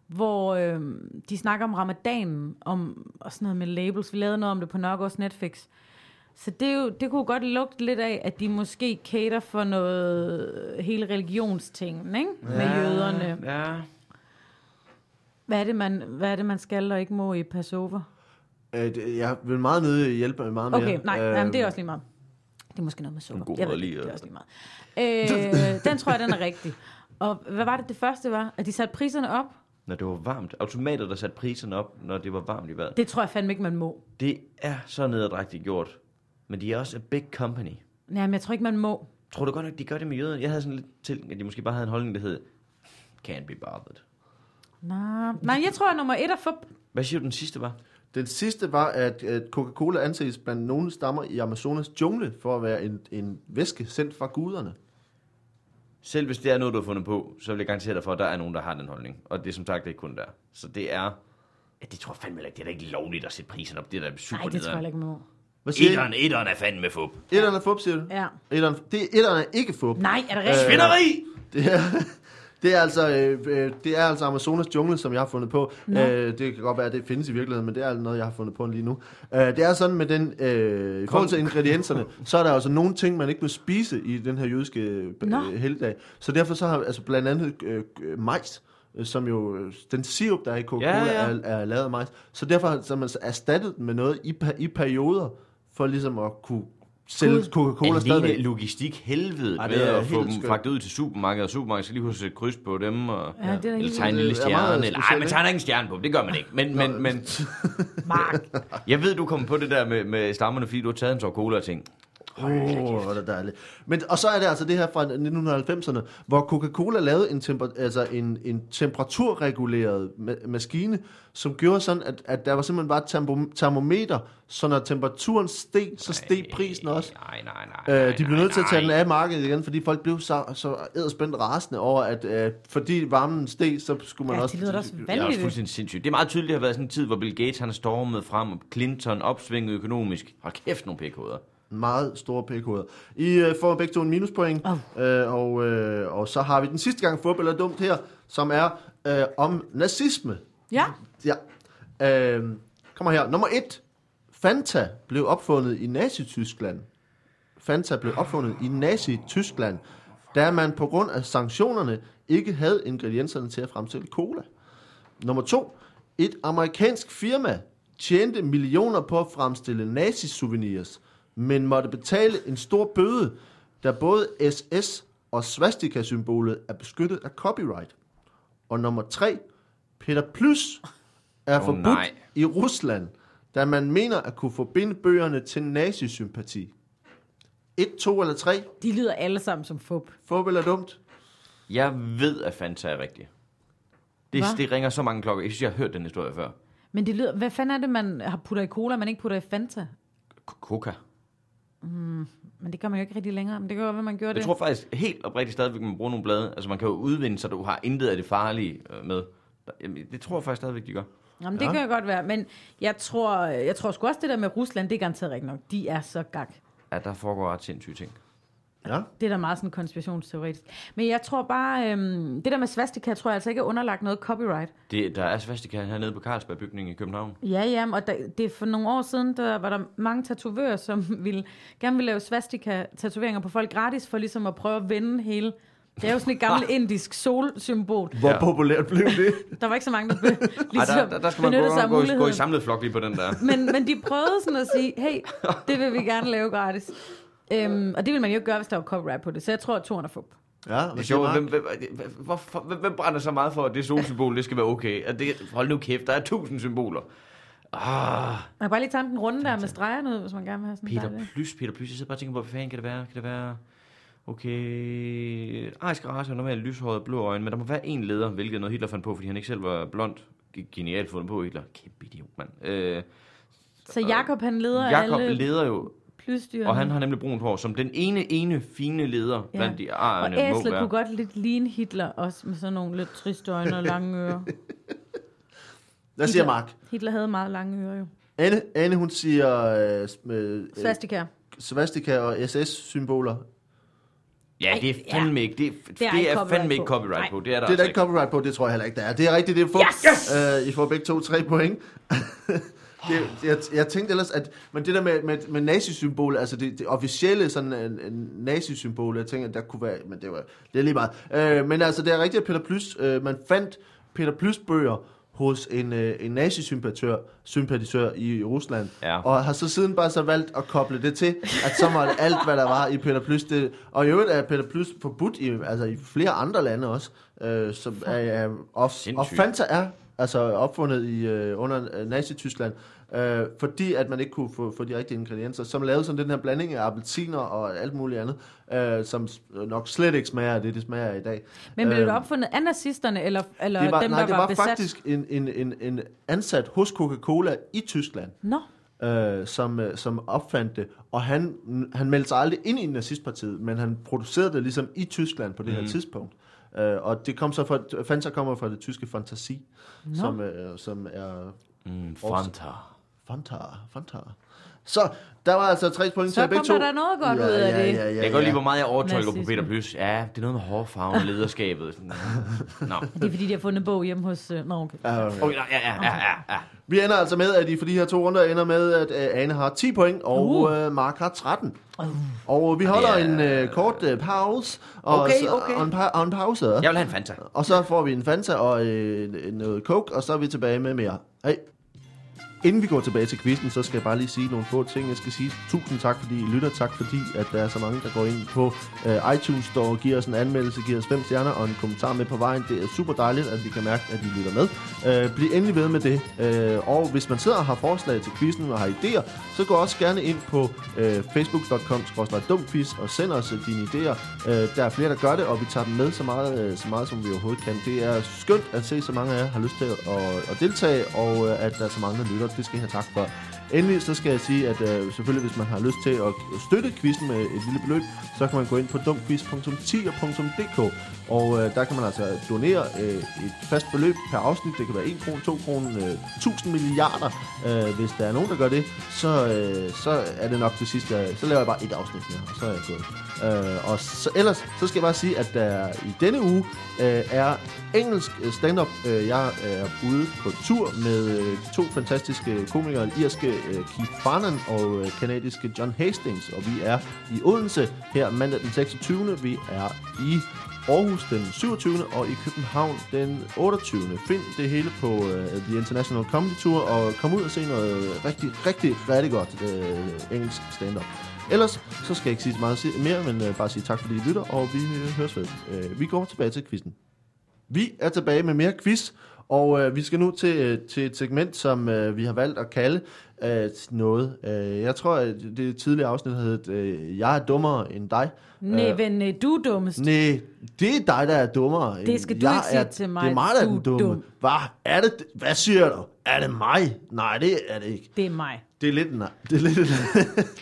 S2: hvor øhm, de snakker om ramadanen om, og sådan noget med labels. Vi lavede noget om det på Nørgaards Netflix. Så det, er jo, det kunne godt lugte lidt af, at de måske cater for noget hele religionstingen, ikke? Med jøderne.
S3: Ja.
S2: Hvad er, det, man, hvad er det, man skal og ikke må i Passover?
S1: Øh, det- jeg vil meget nødig hjælpe meget mere.
S2: Okay, nej, øh, jamen, det er også lige meget. Det er måske noget med sukker.
S3: En god
S2: jeg
S3: måde
S2: ved, det,
S3: lige
S2: det er
S3: at-
S2: også lige meget. Øh, den tror jeg, den er rigtig. Og hvad var det, det første var? At de satte priserne op?
S3: Når det var varmt. Automater, der satte priserne op, når det var varmt i vejret.
S2: Det tror jeg fandme ikke, man må.
S3: Det er så nederdrægtigt gjort. Men de er også a big company.
S2: Nej, men jeg tror ikke, man må.
S3: Tror du godt nok, de gør det med jøderne? Jeg havde sådan lidt til, at de måske bare havde en holdning, der hed, can't be bothered.
S2: Nej, nej jeg tror, at nummer et er fup.
S3: Hvad siger du, den sidste var?
S1: Øh, Den sidste var, at, at Coca-Cola anses blandt nogle stammer i Amazonas jungle for at være en, en væske sendt fra guderne.
S3: Selv hvis det er noget, du har fundet på, så vil jeg garantere dig for, at der er nogen, der har den holdning. Og det er som sagt ikke kun der. Så det er... Ja, det tror jeg fandme heller ikke. Det er da ikke lovligt at sætte prisen op. Det er da super
S2: Nej, det tror jeg ikke, man må.
S1: Hvad siger
S3: Etteren, etteren er fandme fup.
S1: I? Etteren er fup, siger du?
S2: Ja.
S1: Etteren, det, etteren er ikke fup.
S2: Nej, er det rigtigt?
S1: Øh,
S3: Svinderi!
S1: Det er, <laughs> det er altså øh, øh, det er altså Amazonas jungle, som jeg har fundet på.
S2: Nå.
S1: Øh, det kan godt være, at det findes i virkeligheden, men det er altså noget, jeg har fundet på lige nu. Øh, det er sådan med den, øh, i forhold til ingredienserne, så er der altså nogle ting, man ikke må spise i den her jødiske
S2: Nå.
S1: øh, helligdag. Så derfor så har altså blandt andet øh, øh, majs, øh, som jo, øh, den sirup, der er i Coca-Cola,
S3: Ja, ja.
S1: Er, er lavet af majs. Så derfor har så har man så erstattet den med noget i, per- i perioder, for ligesom at kunne sælge Coca-Cola stadigvæk.
S3: Alene logistik helvede
S1: Ej,
S3: Ej,
S1: det
S3: med
S1: er
S3: at få
S1: helt
S3: dem
S1: skørt.
S3: fragtet ud til supermarkedet, og supermarkedet skal lige huske at sætte kryds på dem, og,
S2: Ja, det er da
S3: eller
S2: helt
S3: tegne en
S1: vildt.
S3: lille
S1: Det er meget
S3: stjerne. Eller, ej, man
S1: specielt,
S3: tegner ikke en stjerne på dem, det gør man ikke. Men, men, men
S2: Mark.
S3: jeg ved, du kom på det der med, med stammerne, fordi du har taget en tår cola og tænkt,
S1: Åh, oh, hvor er det dejligt. Men, og så er det altså det her fra 1990'erne, hvor Coca-Cola lavede en, temper, altså en, en temperaturreguleret ma- maskine, som gjorde sådan, at, at der var simpelthen bare et termo- termometer, så når temperaturen steg, så steg prisen også.
S3: Nej, nej, nej. nej,
S1: Øh, de blev
S3: nej,
S1: nødt til at tage den
S3: nej.
S1: af markedet igen, fordi folk blev så, så edderspændt rasende over, at øh, fordi varmen steg, så skulle man
S2: Ja,
S1: også...
S2: det lyder da også
S3: Det er også
S2: vanvittigt.
S3: fuldstændig sindssygt. Det er meget tydeligt, at det har været sådan en tid, hvor Bill Gates han har stormet frem, og Clinton opsvinget økonomisk. Hold kæft, nogle pikhoveder.
S1: Meget store pækhoveder. I øh, får begge to en minuspoint, oh. øh, og, øh, og så har vi den sidste gang fodbold er dumt her, som er øh, om nazisme.
S2: Ja,
S1: Ja. Øh, kommer her. Nummer et. Fanta blev opfundet i Nazi-Tyskland. Fanta blev opfundet i Nazi-Tyskland, da man på grund af sanktionerne ikke havde ingredienserne til at fremstille cola. Nummer to. Et amerikansk firma tjente millioner på at fremstille nazisouvenirs, men måtte betale en stor bøde, da både SS og svastika-symbolet er beskyttet af copyright. Og nummer tre, Peter Plus er oh,
S3: Åh,
S1: forbudt
S3: nej.
S1: nej. i Rusland, da man mener at kunne forbinde bøgerne til nazisympati. Et, to eller tre,
S2: De lyder alle sammen som fup.
S1: fup eller dumt?
S3: Jeg ved, at Fanta er rigtig. Det,
S2: Hva?
S3: det ringer så mange klokker. Jeg synes, jeg har hørt den historie før.
S2: Men det lyder, hvad fanden er det, man har putter i cola, man ikke putter i Fanta?
S3: K- Coca.
S2: Men det gør man jo ikke rigtig længere. Men det gør jo, hvad man gjorde
S3: Jeg
S2: det.
S3: tror faktisk helt oprigtigt stadigvæk, man bruger nogle blade. Altså, man kan jo udvinde, så du har intet af det farlige øh, med. Jamen, det tror jeg faktisk stadigvæk, de gør.
S2: Jamen, det
S1: Ja.
S2: kan jo godt være. Men jeg tror, jeg tror sgu også, det der med Rusland, det er garanteret rigtigt nok. De er så gak.
S3: Ja, der foregår ret sindssyge ting.
S1: Ja.
S2: Det er da meget sådan konspirationsteoretisk. Men jeg tror bare, øhm, det der med svastika, tror jeg altså ikke er underlagt noget copyright.
S3: Det, der er svastika hernede på Carlsberg bygningen i København.
S2: Ja, ja, og der, det er for nogle år siden, der var der mange tatovører, som <laughs> ville, gerne ville lave svastika-tatoveringer på folk gratis, for ligesom at prøve at vende hele... Det er jo sådan et <laughs> gammelt indisk solsymbol.
S1: Hvor
S3: Ja.
S1: ja. populært blev det?
S2: Der var ikke så mange, der be, ligesom
S3: Ej, der, der, der skal man
S2: benyttede sig af
S3: gå, gå, i- gå i
S2: muligheden.
S3: samlet flok lige på den der.
S2: men, men de prøvede sådan at sige, hey, det vil vi gerne lave gratis. Øhm, og det vil man jo ikke gøre, hvis der var copyright på det. Så jeg tror, at toren er fup.
S1: Ja,
S3: Det er
S1: hvad siger
S3: sjovt,
S1: Mark?
S3: hvem, hvem, hvem- hvorfor, hvem, hvem brænder så meget for, at det solsymbol, det skal være okay? At det, hold nu kæft, der er tusind symboler. Ah,
S2: Man kan bare lige tage den runde der med stregerne ud, hvis man gerne vil have sådan en
S3: Peter
S2: dejlig-
S3: Plys, Peter Plys. Jeg sidder bare og tænker på, hvad fanden kan det være? Kan det være... Okay... Arisk race har normalt lyshåret og blå øjne, men der må være en leder, hvilket er noget Hitler fandt på, fordi han ikke selv var blond. G- Genialt fundet på, Hitler. Kæmpe idiot, mand. Øh,
S2: Så Jakob han leder
S3: Jakob
S2: alle
S3: leder jo,
S2: plysdyrene.
S3: og han har nemlig brun hår, som den ene, ene fine leder
S2: Ja.
S3: blandt de
S2: og
S3: arerne må
S2: æslet
S3: være.
S2: kunne godt lidt ligne Hitler også, med sådan nogle lidt triste øjne og lange
S1: <laughs>
S2: ører.
S1: Hvad siger Mark?
S2: Hitler havde meget lange ører jo.
S1: Anne, Anne hun siger øh, s- med, øh,
S2: Svastika.
S1: svastika og SS-symboler. Det
S3: Ja, det
S2: Ej,
S3: er
S2: ja.
S3: fandme ikke, det er, det
S2: er
S3: er,
S2: ikke copyright
S3: fandme ikke
S2: på.
S3: copyright
S2: Nej.
S3: på. Det er der,
S1: er der
S3: altså
S1: ikke copyright på, det tror jeg heller ikke, der er. Det er rigtigt, det er fup.
S2: Yes!
S1: Øh, I får begge to tre point. det, jeg, jeg tænkte ellers, at men det der med, med, med nazisymbol, altså det, det officielle sådan en, en nazisymbol, jeg tænker, at der kunne være, men det var det er lige meget. Øh, men altså, det er rigtigt, at Peter Plys, øh, man fandt Peter Plys bøger hos en, øh, en nazisympatisør sympatisør i Rusland,
S3: Ja.
S1: og har så siden bare så valgt at koble det til, at så måtte alt, hvad der var i Peter Plys, det, og i øvrigt er Peter Plys forbudt i, altså i flere andre lande også, øh, som er, er og, og
S3: Sindssygt.
S1: Fanta er altså opfundet i, øh, under øh, Nazi-Tyskland, øh, fordi at man ikke kunne få, få de rigtige ingredienser, som lavede sådan den her blanding af appelsiner og alt muligt andet, øh, som s- nok slet ikke smager af det, det smager af i dag.
S2: Men blev det
S1: Øhm,
S2: opfundet af nazisterne, eller, eller
S1: Det var,
S2: dem,
S1: nej,
S2: der
S1: det
S2: var,
S1: var
S2: besat?
S1: faktisk en, en, en, en ansat hos Coca-Cola i Tyskland,
S2: Nå,
S1: øh, som, øh, som opfandt det. Og han, han meldte sig aldrig ind i nazistpartiet, men han producerede det ligesom i Tyskland på det
S3: Mhm.
S1: mm. her tidspunkt. Øh, og det kom så fra, Fanta kommer fra det tyske fantasi, no. som, øh, som er
S3: Mm, Fanta.
S1: Fanta, Fanta. Så der var altså tre point
S2: Så
S1: til jer begge
S2: kom
S1: to.
S2: der da noget godt ud af det.
S1: Ja, ja,
S3: Jeg kan godt lide, hvor meget jeg overtolker på
S2: Nazisme.
S3: Peter Plys. Ja, det er noget med hårfarve
S2: <laughs>
S3: og lederskabet. Sådan. Nå.
S2: det er fordi, de har fundet en bog hjemme hos... øh, Nå, okay.
S1: Ja, okay.
S3: Okay, nej, ja, ja, ja, ja, ja.
S1: Vi ender altså med, at I for de her to runder ender med, at øh, Ane har 10 point, og
S2: Uh.
S1: uh. Mark har 13. Og vi holder
S3: Ja.
S1: en øh, kort øh, pause, og,
S3: Okay,
S1: så-
S3: okay.
S1: Og, en, pa- og en pause,
S3: Jeg vil have en Fanta.
S1: og så får vi en Fanta og øh, noget coke, og så er vi tilbage med mere. Hej. Inden vi går tilbage til quizzen, så skal jeg bare lige sige nogle få ting. Jeg skal sige tusind tak, fordi I lytter. Tak, fordi at der er så mange, der går ind på øh, iTunes Store, giver os en anmeldelse, giver os fem stjerner og en kommentar med på vejen. Det er super dejligt, at vi kan mærke, at I lytter med. Øh, bliv endelig ved med det. Øh, og hvis man sidder og har forslag til quizzen og har idéer, så gå også gerne ind på øh, facebook.com-dumquiz og send os øh, dine idéer. Øh, der er flere, der gør det, og vi tager dem med så meget, øh, så meget, som vi overhovedet kan. Det er skønt at se, så mange af jer har lyst til at, at deltage, og øh, at der er så mange, der lytter. Det skal jeg have tak for. Endelig så skal jeg sige, at øh, selvfølgelig hvis man har lyst til at støtte quizzen med et lille beløb, så kan man gå ind på dumquiz.10.dk, og øh, der kan man altså donere øh, et fast beløb per afsnit. Det kan være 1 kron, 2 kron, øh, 1000 milliarder. Øh, hvis der er nogen, der gør det, så, øh, så er det nok det sidste. Så laver jeg bare et afsnit mere, og så er jeg gået. Øh, og så, ellers så skal jeg bare sige, at der i denne uge øh, er engelsk øh, stand-up. Øh, jeg er ude på tur med øh, de to fantastiske komikere, den irske øh, Keith Farnan og øh, kanadiske John Hastings. Og vi er i Odense her mandag den 26. Vi er i Aarhus den 27. og i København den 28. Find det hele på øh, The International Comedy Tour og kom ud og se noget rigtig, rigtig, rigtig godt øh, engelsk stand-up. Ellers så skal jeg ikke sige så meget si- mere, men øh, bare sige tak fordi I lytter, og vi øh, høres ved. Øh, vi går tilbage til quizzen. Vi er tilbage med mere quiz, og øh, vi skal nu til, øh, til et segment, som øh, vi har valgt at kalde øh, noget. Øh, jeg tror, at det tidligere afsnit hed, øh, jeg er dummere end dig.
S2: Nej, men øh, du er dummest.
S1: Nej, det er dig, der er dummere. end
S2: Det skal du
S1: jeg
S2: ikke sige
S1: er,
S2: til mig.
S1: Det er mig, der er
S2: Du
S1: den
S2: er
S1: dumme.
S2: dum.
S1: Hvad? Er det, hvad siger du? Er det mig? Nej, det er det ikke.
S2: Det er mig.
S1: Det er lidt, en- <laughs> det er lidt,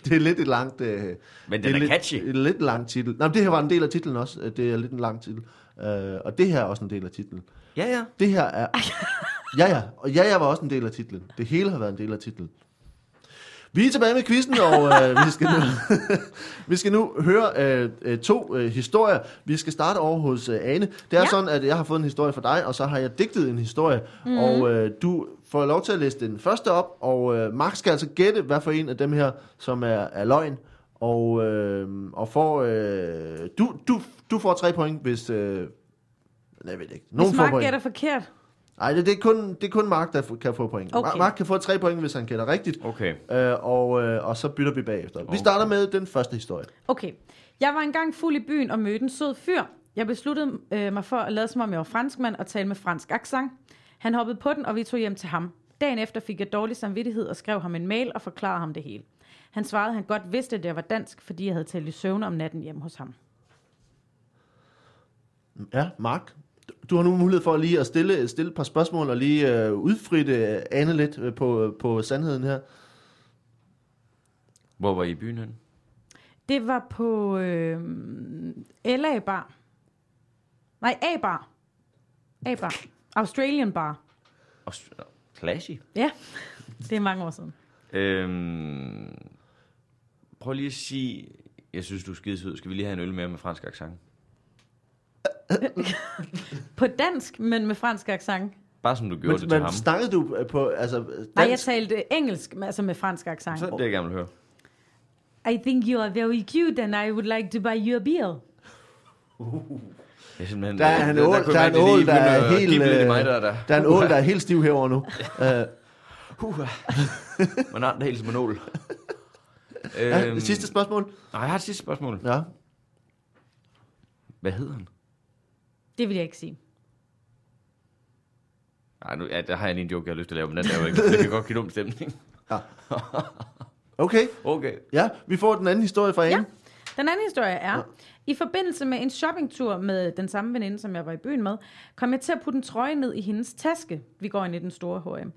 S1: det er lidt et langt... Øh, Men
S3: den
S1: det
S3: er
S1: lidt,
S3: catchy.
S1: Et lidt lang titel. Nej, men det her var en del af titlen også. Øh, Det er lidt en lang titel. Øh, og det her er også en del af titlen.
S3: Ja, ja.
S1: Det her er... Ja, ja. Og ja, jeg var også en del af titlen. Det hele har været en del af titlen. Vi er tilbage med quizzen, og øh, vi, skal nu, <laughs> vi skal nu høre øh, øh, to øh, historier. Vi skal starte over hos øh, Ane. Det er ja.
S2: Ja.
S1: sådan, at jeg har fået en historie fra dig, og så har jeg digtet en historie.
S2: Mhm.
S1: Mm. Og øh, du får lov til at læse den første op, og øh, Max skal altså gætte, hvad for en af dem her, som er, er løgn. Og, øh, og får, øh, du, du, du får tre point, hvis... Øh, jeg ved det ikke.
S2: Hvis
S1: Nogen får
S2: Mark
S1: point.
S2: gætter forkert,
S1: Nej, det, det, er kun, det er kun Mark, der f- kan få point.
S2: Okay.
S1: Okay. Mark kan få tre point, hvis han gætter rigtigt.
S3: Okay.
S1: Øh, og, øh, og så bytter vi bagefter. Okay. Vi starter med den første historie.
S2: Okay. Jeg var engang fuld i byen og mødte en sød fyr. Jeg besluttede øh, mig for at lade som om jeg var franskmand og tale med fransk accent. Han hoppede på den, og vi tog hjem til ham. Dagen efter fik jeg dårlig samvittighed og skrev ham en mail og forklarede ham det hele. Han svarede, at han godt vidste, at jeg var dansk, fordi jeg havde talt i søvn om natten hjemme hos ham.
S1: Ja, Mark. Du har nu mulighed for lige at stille, stille et par spørgsmål og lige øh, udfritte øh, Anne lidt øh, på, på sandheden her.
S3: Hvor var I i byen hen?
S2: Det var på øh, LA Bar. Nej, A-Bar. A-Bar. Australian Bar.
S3: Og s- nå, Classy.
S2: Ja, <laughs> det er mange år siden.
S3: Øhm, prøv lige at sige, jeg synes, du er skidesød. Skal vi lige have en øl mere med fransk accent?
S2: På dansk, men med fransk accent.
S3: Bare som du gjorde det
S1: Men,
S3: til
S1: men
S3: ham.
S1: snakkede du øh, på altså, øh, dansk?
S2: Nej, jeg talte engelsk, men altså med fransk accent.
S3: Så er det, jeg gerne vil høre.
S2: I think you are very cute, and I would like to buy you a beer.
S3: Jeg er simpelthen,
S1: der er han ål,
S3: kunne
S1: der er
S3: jeg
S1: en
S3: mærke, det
S1: ål,
S3: lige
S1: der er
S3: begynder at
S1: helt,
S3: gible lidt i
S1: øh,
S3: mig, der er der.
S1: der er en ål, der er helt stiv herover nu. Øh,
S3: <laughs> Man har den helt som en ål.
S1: ja,
S3: Øhm.
S1: sidste spørgsmål.
S3: Nej, jeg har et sidste spørgsmål.
S1: Ja.
S3: Hvad hedder han?
S2: Det vil jeg ikke sige.
S3: Nej, nu, ja, der har jeg lige en joke, jeg har lyst til at lave, men den er jo ikke. Det kan godt give dum stemning.
S1: Okay,
S3: Okay.
S1: ja, vi får den anden historie fra Anne.
S2: Ja. Den anden historie er, i forbindelse med en shoppingtur med den samme veninde, som jeg var i byen med, kom jeg til at putte en trøje ned i hendes taske. Vi går ind i den store H&M.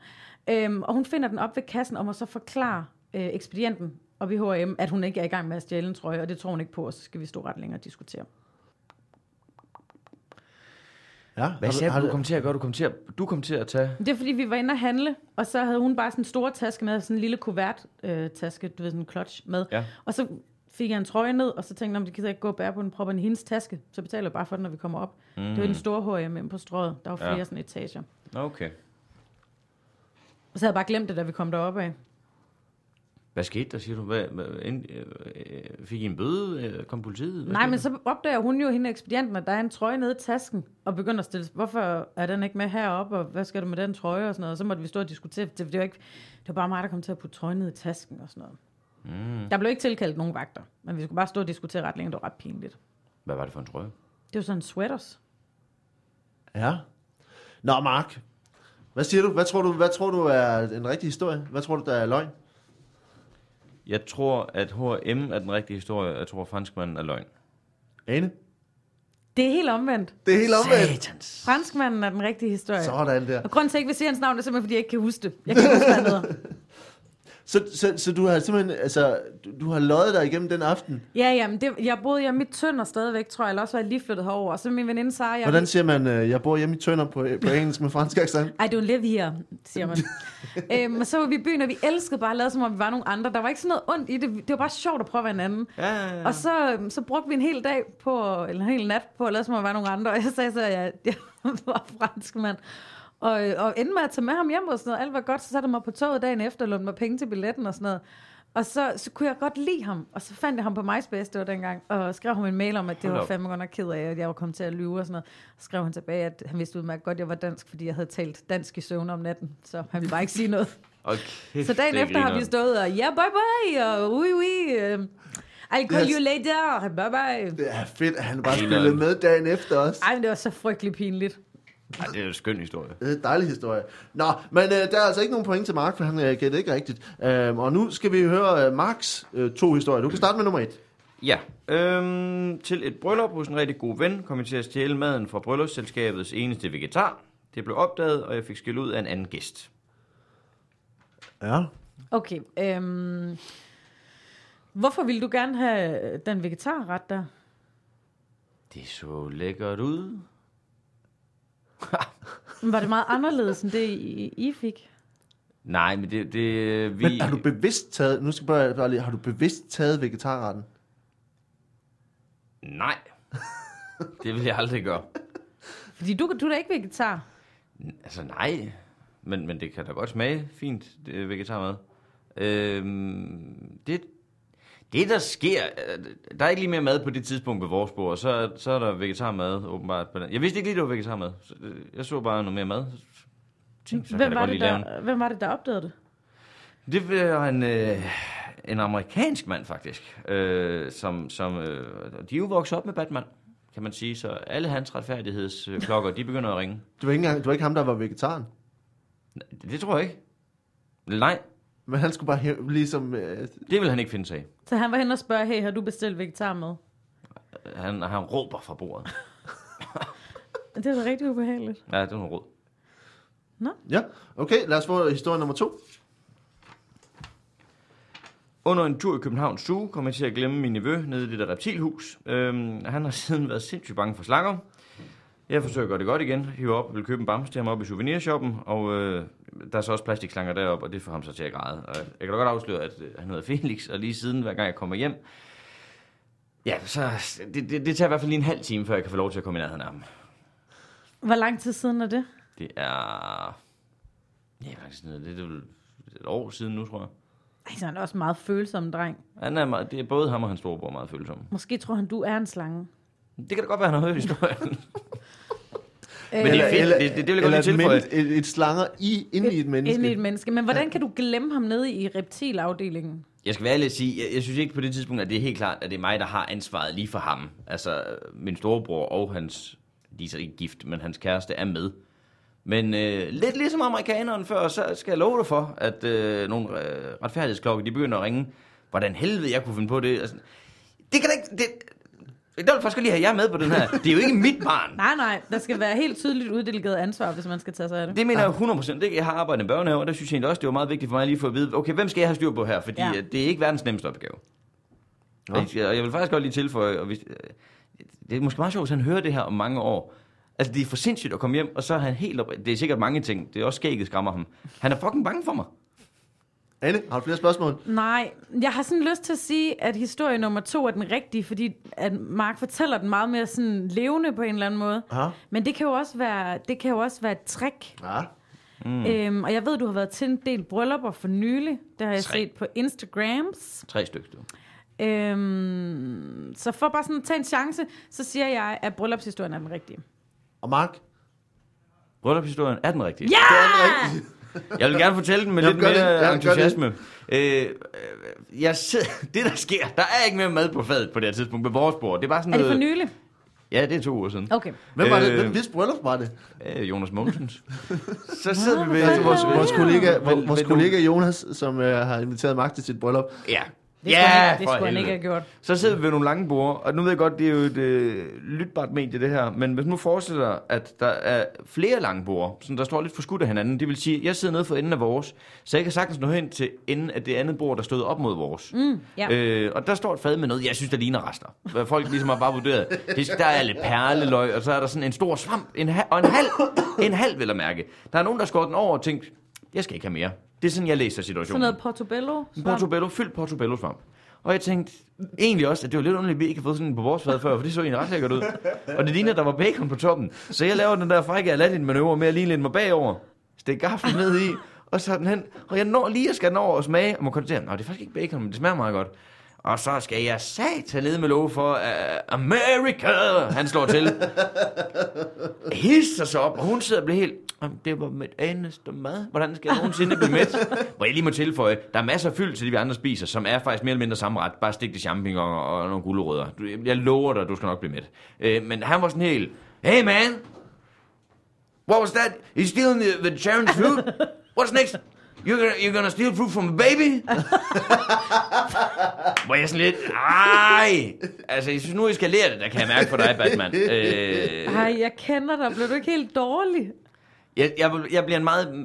S2: Øhm, og hun finder den op ved kassen, og må så forklare øh, ekspedienten og i H&M, at hun ikke er i gang med at stjæle en trøje, og det tror hun ikke på, og så skal vi stå ret længe og diskutere.
S1: Ja. har
S3: Hvad
S1: du-
S3: sagde
S1: har
S3: du, du kom til at gøre? Du kom til at, du kom til at tage...
S2: Det er fordi, vi var inde og handle, og så havde hun bare sådan en stor taske med, sådan en lille kuvert-taske, du ved, sådan en clutch med.
S3: Ja.
S2: Og så fik jeg en trøje ned, og så tænkte jeg, om det gider jeg ikke gå og bære på den, propper den i hendes taske, så betaler jeg bare for den, når vi kommer op. Mm. Det var den store H&M inde på strøget, der var flere
S3: Ja.
S2: ja. sådan etager.
S3: Okay.
S2: Og så havde jeg bare glemt det, da vi kom derop af.
S3: Hvad skete der, siger du? Hvad, hvad, end, øh, øh, fik I en bøde? Øh, Kom politiet? Hvad
S2: Nej,
S3: skete
S2: men
S3: der?
S2: så opdager hun jo hende ekspedienten, at der er en trøje nede i tasken, og begynder at stille, hvorfor er den ikke med heroppe, og hvad skal du med den trøje, og sådan noget. Og så måtte vi stå og diskutere, det, det, var, ikke, det var bare mig, der kom til at putte trøjen ned i tasken, og sådan noget. Mm. Der blev ikke tilkaldt nogen vagter, men vi skulle bare stå og diskutere ret længe, det var ret pinligt.
S3: Hvad var det for en trøje?
S2: Det var sådan sweaters.
S1: Ja. Nå, Mark. Hvad siger du? Hvad tror du, hvad tror du er en rigtig historie? Hvad tror du, der er løgn?
S3: Jeg tror, at H&M er den rigtige historie. Jeg tror, at franskmanden er løgn.
S1: Ane?
S2: Det er helt omvendt.
S1: Det er helt omvendt.
S3: Satans.
S2: Franskmanden er den rigtige historie.
S1: Sådan der. <laughs>
S2: Og grunden til, at jeg ikke vil sige hans navn, er simpelthen, fordi jeg ikke kan huske det. Jeg kan ikke huske, hvad han hedder.
S1: Så, så, så du har simpelthen, altså, du, du har løjet dig igennem den aften.
S2: Ja, ja, men det, jeg boede hjemme i Tønder stadigvæk, tror jeg, eller også var jeg lige flyttet herover. Og så min veninde Sara, jeg...
S1: Hvordan siger man, øh, jeg bor hjemme i Tønder på, på engelsk med fransk accent?
S2: I don't live here, siger man. øhm, og så var vi i byen, og vi elskede bare at lade, som om vi var nogle andre. Der var ikke sådan noget ondt i det. Det var bare sjovt at prøve at være en anden.
S3: Ja, ja, ja.
S2: Og så, øhm, så brugte vi en hel dag på, eller en hel nat på at lade, som om vi var nogle andre. Og jeg sagde så, at jeg, <laughs> jeg var fransk mand. Og, øh, og endte med at tage med ham hjem og sådan noget. Alt var godt, så satte jeg mig på toget dagen efter og lånte mig penge til billetten og sådan noget. Og så, så kunne jeg godt lide ham, og så fandt jeg ham på MySpace, det var dengang, og skrev ham en mail om, at det
S3: Hold
S2: var
S3: op.
S2: fandme godt nok ked af, at jeg var kommet til at lyve og sådan noget. Så skrev han tilbage, at han vidste udmærket godt, at jeg var dansk, fordi jeg havde talt dansk i søvn om natten, så han ville bare ikke sige noget.
S3: Og kæft,
S2: Så dagen
S3: det
S2: efter har
S3: griner.
S2: vi stået og, ja, bye bye, og ui ui, øh, I'll call
S1: Yes.
S2: you later, bye bye.
S1: Det er fedt, at han bare
S3: Ej,
S1: spillede
S3: løgn.
S1: med dagen efter også.
S2: Ej, men det var så frygtelig pinligt.
S3: Ej, det er jo en skøn historie.
S1: Det er en dejlig historie. Nå, men øh, der er altså ikke nogen point til Mark, for han øh, gættede ikke rigtigt. Øh, og nu skal vi høre øh, Marks øh, to historier. Du kan starte med nummer et.
S3: Ja, øhm, til et bryllup hos en rigtig god ven kom jeg til at stjæle maden fra bryllupsselskabets eneste vegetar. Det blev opdaget, og jeg fik skæld ud af en anden gæst.
S1: Ja.
S2: Okay, øhm, hvorfor ville du gerne have den vegetarret der?
S3: Det så lækkert ud.
S2: Var det meget anderledes end det, I, I fik?
S3: Nej, men det... det vi...
S1: Men har du bevidst taget, nu skal jeg bare, bare lige, har du bevidst taget vegetarretten?
S3: Nej, det vil jeg aldrig gøre.
S2: Fordi du, du er da ikke vegetar.
S3: N- Altså nej, men, men det kan da godt smage fint, det vegetarmad. Øhm, det, det der sker, øh, der er ikke lige mere mad på det tidspunkt på vores bord, så, så er der vegetarmad åbenbart. på den- Jeg vidste ikke lige, det var vegetarmad. Så, øh, Jeg så bare noget mere mad. Så Tænkte, så
S2: Hvem
S3: kan jeg da
S2: var,
S3: godt
S2: det,
S3: lige lave en.
S2: der, hvem var det, der opdagede det?
S3: Det var en, øh, en amerikansk mand, faktisk. Øh, som, som, øh, de er jo vokset op med Batman, kan man sige. Så alle hans retfærdighedsklokker, de begynder at ringe.
S1: Det var ikke, engang, det var ikke ham, der var vegetaren.
S3: Det, det tror jeg ikke. Nej,
S1: Men han skulle bare hæ- ligesom... Øh,
S3: det vil han ikke finde sig i.
S2: Så han var hen og spørge, hey, har du bestilt vegetarmad?
S3: Han, han råber fra bordet.
S2: Det er da rigtig ubehageligt.
S3: Ja, det er noget råd.
S1: ja, okay, lad os få historie nummer to.
S3: Under en tur i København Zoo kom jeg til at glemme min nevø nede i det der reptilhus. Øhm, han har siden været sindssygt bange for slanger. Jeg forsøger at gøre det godt igen, hiver op og vil købe en bamse til ham op i souvenirshoppen, og øh, der er så også plastikslanger deroppe, og det får ham så til at græde. Og jeg kan da godt afsløre, at øh, han hedder Felix, og lige siden, hver gang jeg kommer hjem, ja, så det, det, det tager i hvert fald lige en halv time, før jeg kan få lov til at komme i nærheden af ham.
S2: Hvor lang tid siden er det?
S3: Det er... Ja, faktisk, det er, det er vel et år siden nu, tror jeg.
S2: Ej, så er han også en meget følsom dreng.
S3: Han er meget, det er både ham og hans storebror meget følsomme.
S2: Måske tror han, du er en slange.
S3: Det kan da godt være, han har hørt historien.
S2: Men
S3: det er fedt. Det- det- det vil jeg godt
S1: eller
S3: lige
S1: et
S3: tilføje.
S1: men- Et, et, slanger i, inde i et menneske.
S2: Endelig et menneske. Men hvordan kan du glemme ham nede i reptilafdelingen?
S3: <laughs> jeg skal være ærlig at sige, jeg, jeg synes ikke på det tidspunkt, at det er helt klart, at det er mig, der har ansvaret lige for ham. Altså, øh, min storebror og hans, de er så ikke gift, men hans kæreste er med. Men øh, lidt ligesom amerikaneren før, så skal jeg love dig for, at øh, nogle øh, retfærdighedsklokker, de begynder at ringe. Hvordan helvede jeg kunne finde på det? Altså, det kan da ikke... Det, det vil jeg faktisk godt lige have jer med på den her. Det er jo ikke mit barn.
S2: Nej, nej, der skal være helt tydeligt uddelegeret ansvar, hvis man skal tage sig af det.
S3: Det mener jeg 100%. Det, jeg har arbejdet i en børnehave, og der synes jeg egentlig også, det var meget vigtigt for mig lige at få at vide, okay, hvem skal jeg have styr på her? Fordi
S2: Ja.
S3: ja. det er ikke verdens nemmeste opgave.
S1: Nå.
S3: Og jeg, og jeg vil faktisk godt lige tilføje, og hvis, øh, det er måske meget sjovt, hvis han hører det her om mange år. Altså, det er for sindssygt at komme hjem, og så er han helt op... Det er sikkert mange ting. Det er også skægget skræmmer ham. Han er fucking bange for mig.
S1: Anne, har du flere spørgsmål?
S2: Nej, jeg har sådan lyst til at sige, at historie nummer to er den rigtige, fordi at Mark fortæller den meget mere sådan levende på en eller anden måde.
S1: Ja.
S2: Men det kan jo også være, det kan jo også være et trick.
S1: Ja.
S2: Mm. Øhm, og jeg ved, du har været til en del bryllupper for nylig. Det har jeg
S3: Tre.
S2: set på Instagrams.
S3: Tre stykker. du.
S2: Øhm, så for bare sådan at tage en chance, så siger jeg, at bryllupshistorien er den rigtige.
S1: Og Mark?
S3: Bryllupshistorien er den rigtige.
S2: Ja!
S3: Jeg vil gerne fortælle den med
S1: Jamen,
S3: lidt
S1: gør
S3: mere
S1: det. Ja, gør det.
S3: entusiasme. Øh, øh, jeg sidder, <laughs> det der sker, der er ikke mere mad på fadet på det her tidspunkt med vores bord. Det er bare sådan
S2: Er det for
S3: noget-
S2: nylig?
S3: Ja, det er to uger siden.
S2: Okay.
S1: Hvem var det?
S3: Øh.
S1: Hvem, hvis bryllup var det?
S3: Øh, Jonas Mogensens. <laughs> så sidder vi ved...
S1: Altså, vores, vores, kollega,
S3: Vel-
S1: vores
S3: vel-
S1: kollega Jonas, som øh, har inviteret Mark til sit bryllup.
S3: Ja.
S2: Det skulle,
S3: Ja,
S2: han, ikke- det
S3: for
S2: skulle han ikke
S3: helvede.
S2: have gjort.
S3: Så sidder vi ved nogle lange borde, og nu ved jeg godt, det er jo et øh, lytbart medie, det her, men hvis man nu forestiller dig, at der er flere lange borde, sådan der står lidt forskudt af hinanden, det vil sige, at jeg sidder nede for enden af vores, så jeg kan sagtens nå hen til enden af det andet bord, der stod op mod vores.
S2: Mm, ja. Øh,
S3: Øh, og der står et fad med noget, jeg synes, der ligner rester. Hvad folk ligesom har bare vurderet. Det, skal- der er lidt perleløg, og så er der sådan en stor svamp, en ha- og en halv, en halv vil jeg mærke. Der er nogen, der skår den over og tænkt, jeg skal ikke have mere. Det er sådan, jeg læser
S2: Sådan
S3: situationen.
S2: noget portobello.
S3: Portobello, fyldt portobello-svamp. Og jeg tænkte egentlig også, at det var lidt underligt, at vi ikke har fået sådan en på vores fad før, for det så egentlig ret lækkert ud. Og det ligner, at der var bacon på toppen. Så jeg laver den der frække Aladdin-manøvre med at lige læne mig bagover, stikke gaflen ned i, og så den hen. Og jeg når lige at skal den over og smage, og må konstatere, at det er faktisk ikke bacon, men det smager meget godt. Og så skal jeg satan ned med lov for uh, America, han slår til. Hisser sig op, og hun sidder og bliver helt... "Jamen, Det var mit eneste mad. Hvordan skal jeg nogensinde blive mæt? <laughs> Hvor jeg lige må tilføje, der er masser af fyld til det, vi andre spiser, som er faktisk mere eller mindre samme ret. Bare stik de champignoner og nogle gulerødder. Du- Jeg lover dig, du skal nok blive mæt. Øh, men han var sådan helt... Hey man! What was that? You stealing the, the children's food? What's next? You're gonna, you're gonna steal food from a baby? <laughs> Hvor jeg sådan lidt, ej! Altså, jeg synes nu, I skal lære det, der kan jeg mærke på dig, Batman. Øh,
S2: Ej, jeg kender dig. Blev du ikke helt dårlig?
S3: jeg, jeg, vil- jeg bliver en meget mm,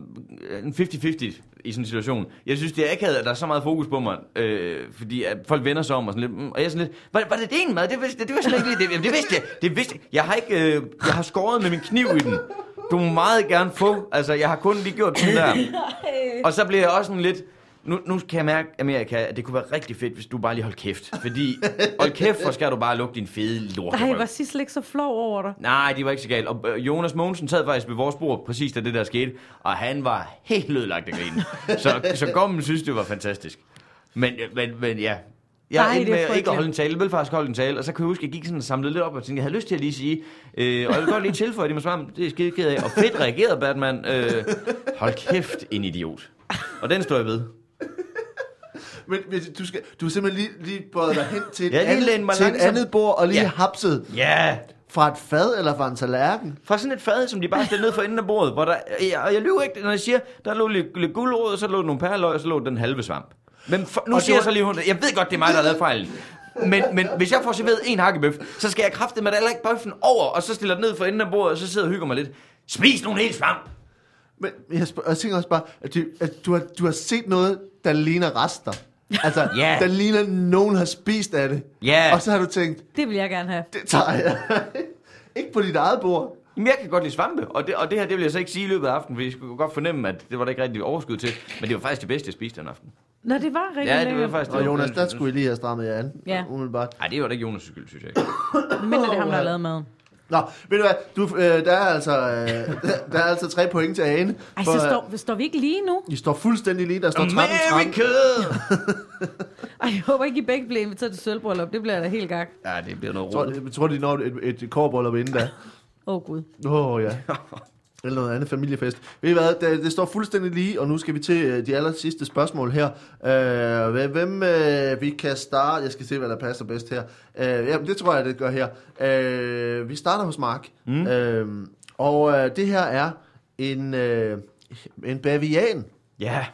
S3: en 50-50 i sådan en situation. Jeg synes, det er akavet, at der er så meget fokus på mig, øh, fordi at folk vender sig om og sådan lidt. mm, Og jeg er sådan lidt, var, var det din mad? Det, vidste, det var slet ikke lige det. Jamen, det vidste jeg. Det vidste jeg. Jeg har ikke, øh, jeg har skåret med min kniv i den. Du må meget gerne få. Altså, jeg har kun lige gjort sådan der. Og så bliver jeg også sådan lidt... Nu, nu kan jeg mærke, Amerika, at det kunne være rigtig fedt, hvis du bare lige holdt kæft. Fordi, hold kæft, hvor skal du bare lukke din fede lort.
S2: Ej, var Sissel ikke så flov over dig?
S3: Nej, de var ikke så galt. Og øh, Jonas Mogensen sad faktisk ved vores bord, præcis da det der skete, og han var helt ødelagt af grinen. så, så gommen synes, det var fantastisk. Men, øh, men, men ja, jeg
S2: Nej, det er
S3: endte med ikke
S2: frygteligt.
S3: at holde en tale, jeg ville faktisk holde en tale, og så kan jeg huske, at jeg gik sådan og samlede lidt op og tænkte, jeg havde lyst til at lige sige, øh, og jeg vil godt lige tilføje det med svaret, det er jeg skide ked af, og fedt reagerede Batman, øh, hold kæft, en idiot. Og den står jeg ved.
S1: Men, men du, skal, du har simpelthen lige, lige bøjet dig hen til et,
S3: Jeg har lige lænet
S1: andet,
S3: mig
S1: til et
S3: langsomt.
S1: andet bord og lige
S3: Ja.
S1: ja. hapset
S3: Ja! Yeah.
S1: fra et fad eller fra en tallerken.
S3: fra sådan et fad, som de bare stillede ned for enden af bordet, hvor der, jeg, og jeg lyver ikke, når jeg siger, der lå lidt, lidt guldråd, og så lå der nogle perløg, og så lå den halve svamp. Men for, nu
S1: Og det
S3: siger jeg
S1: var-
S3: så lige, hun- jeg ved godt, det er mig, der har lavet fejlen. Men, men hvis jeg får serveret en hakkebøf, så skal jeg kraftet med heller ikke bøffen over, og så stiller den ned for enden af bordet, og så sidder og hygger mig lidt. Spis nu en hel svamp!
S1: Men jeg, spørger, jeg tænker også bare, at, du, at du, har, du har set noget, der ligner rester. Altså,
S3: Ja.
S1: der ligner, at nogen har spist af det.
S3: Ja.
S1: Og så har du tænkt,
S2: Det vil jeg gerne have.
S1: det tager jeg. <laughs> ikke på dit eget bord.
S3: Jamen, jeg kan godt lide svampe, og det, og det her, det vil jeg så ikke sige i løbet af aftenen, for jeg skulle godt fornemme, at det var der ikke rigtig overskud til, men det var faktisk det bedste, jeg spiste den aften.
S2: Nå, det var rigtig
S3: Ja, det var
S2: lækkert.
S3: faktisk det.
S1: Og
S3: var-
S1: Jonas, der skulle I lige have strammet jer an.
S2: Ja.
S1: Umiddelbart.
S3: Ej, det var da ikke Jonas' skyld, synes jeg ikke.
S2: Mindre det er ham, der har lavet maden.
S1: Nå, ved du hvad, du, øh, der, er altså, øh, der, der er altså tre point til Ane.
S2: Ej,
S1: for,
S2: så
S1: øh,
S2: står, står vi ikke lige nu?
S1: I står fuldstændig lige, der står 13-13.
S3: America!
S2: Ej, jeg håber ikke, I begge bliver inviteret til sølvbrøllup. Det bliver jeg da helt gak.
S3: Ja, det bliver noget
S1: Jeg tror,
S3: roligt.
S1: jeg, jeg tror, de når et, et korbrøllup inden da.
S2: Åh, oh, Gud.
S1: Åh, oh, ja. <laughs> Eller noget andet familiefest. Ved I hvad, det, det står fuldstændig lige, og nu skal vi til øh, de aller sidste spørgsmål her. Øh, hvem- hvem øh, vi kan starte... Jeg skal se, hvad der passer bedst her. Øh, jamen, det tror jeg, det gør her. Øh, vi starter hos Mark. Mm. Øh, og øh, det her er en, øh, en bavian.
S3: Ja.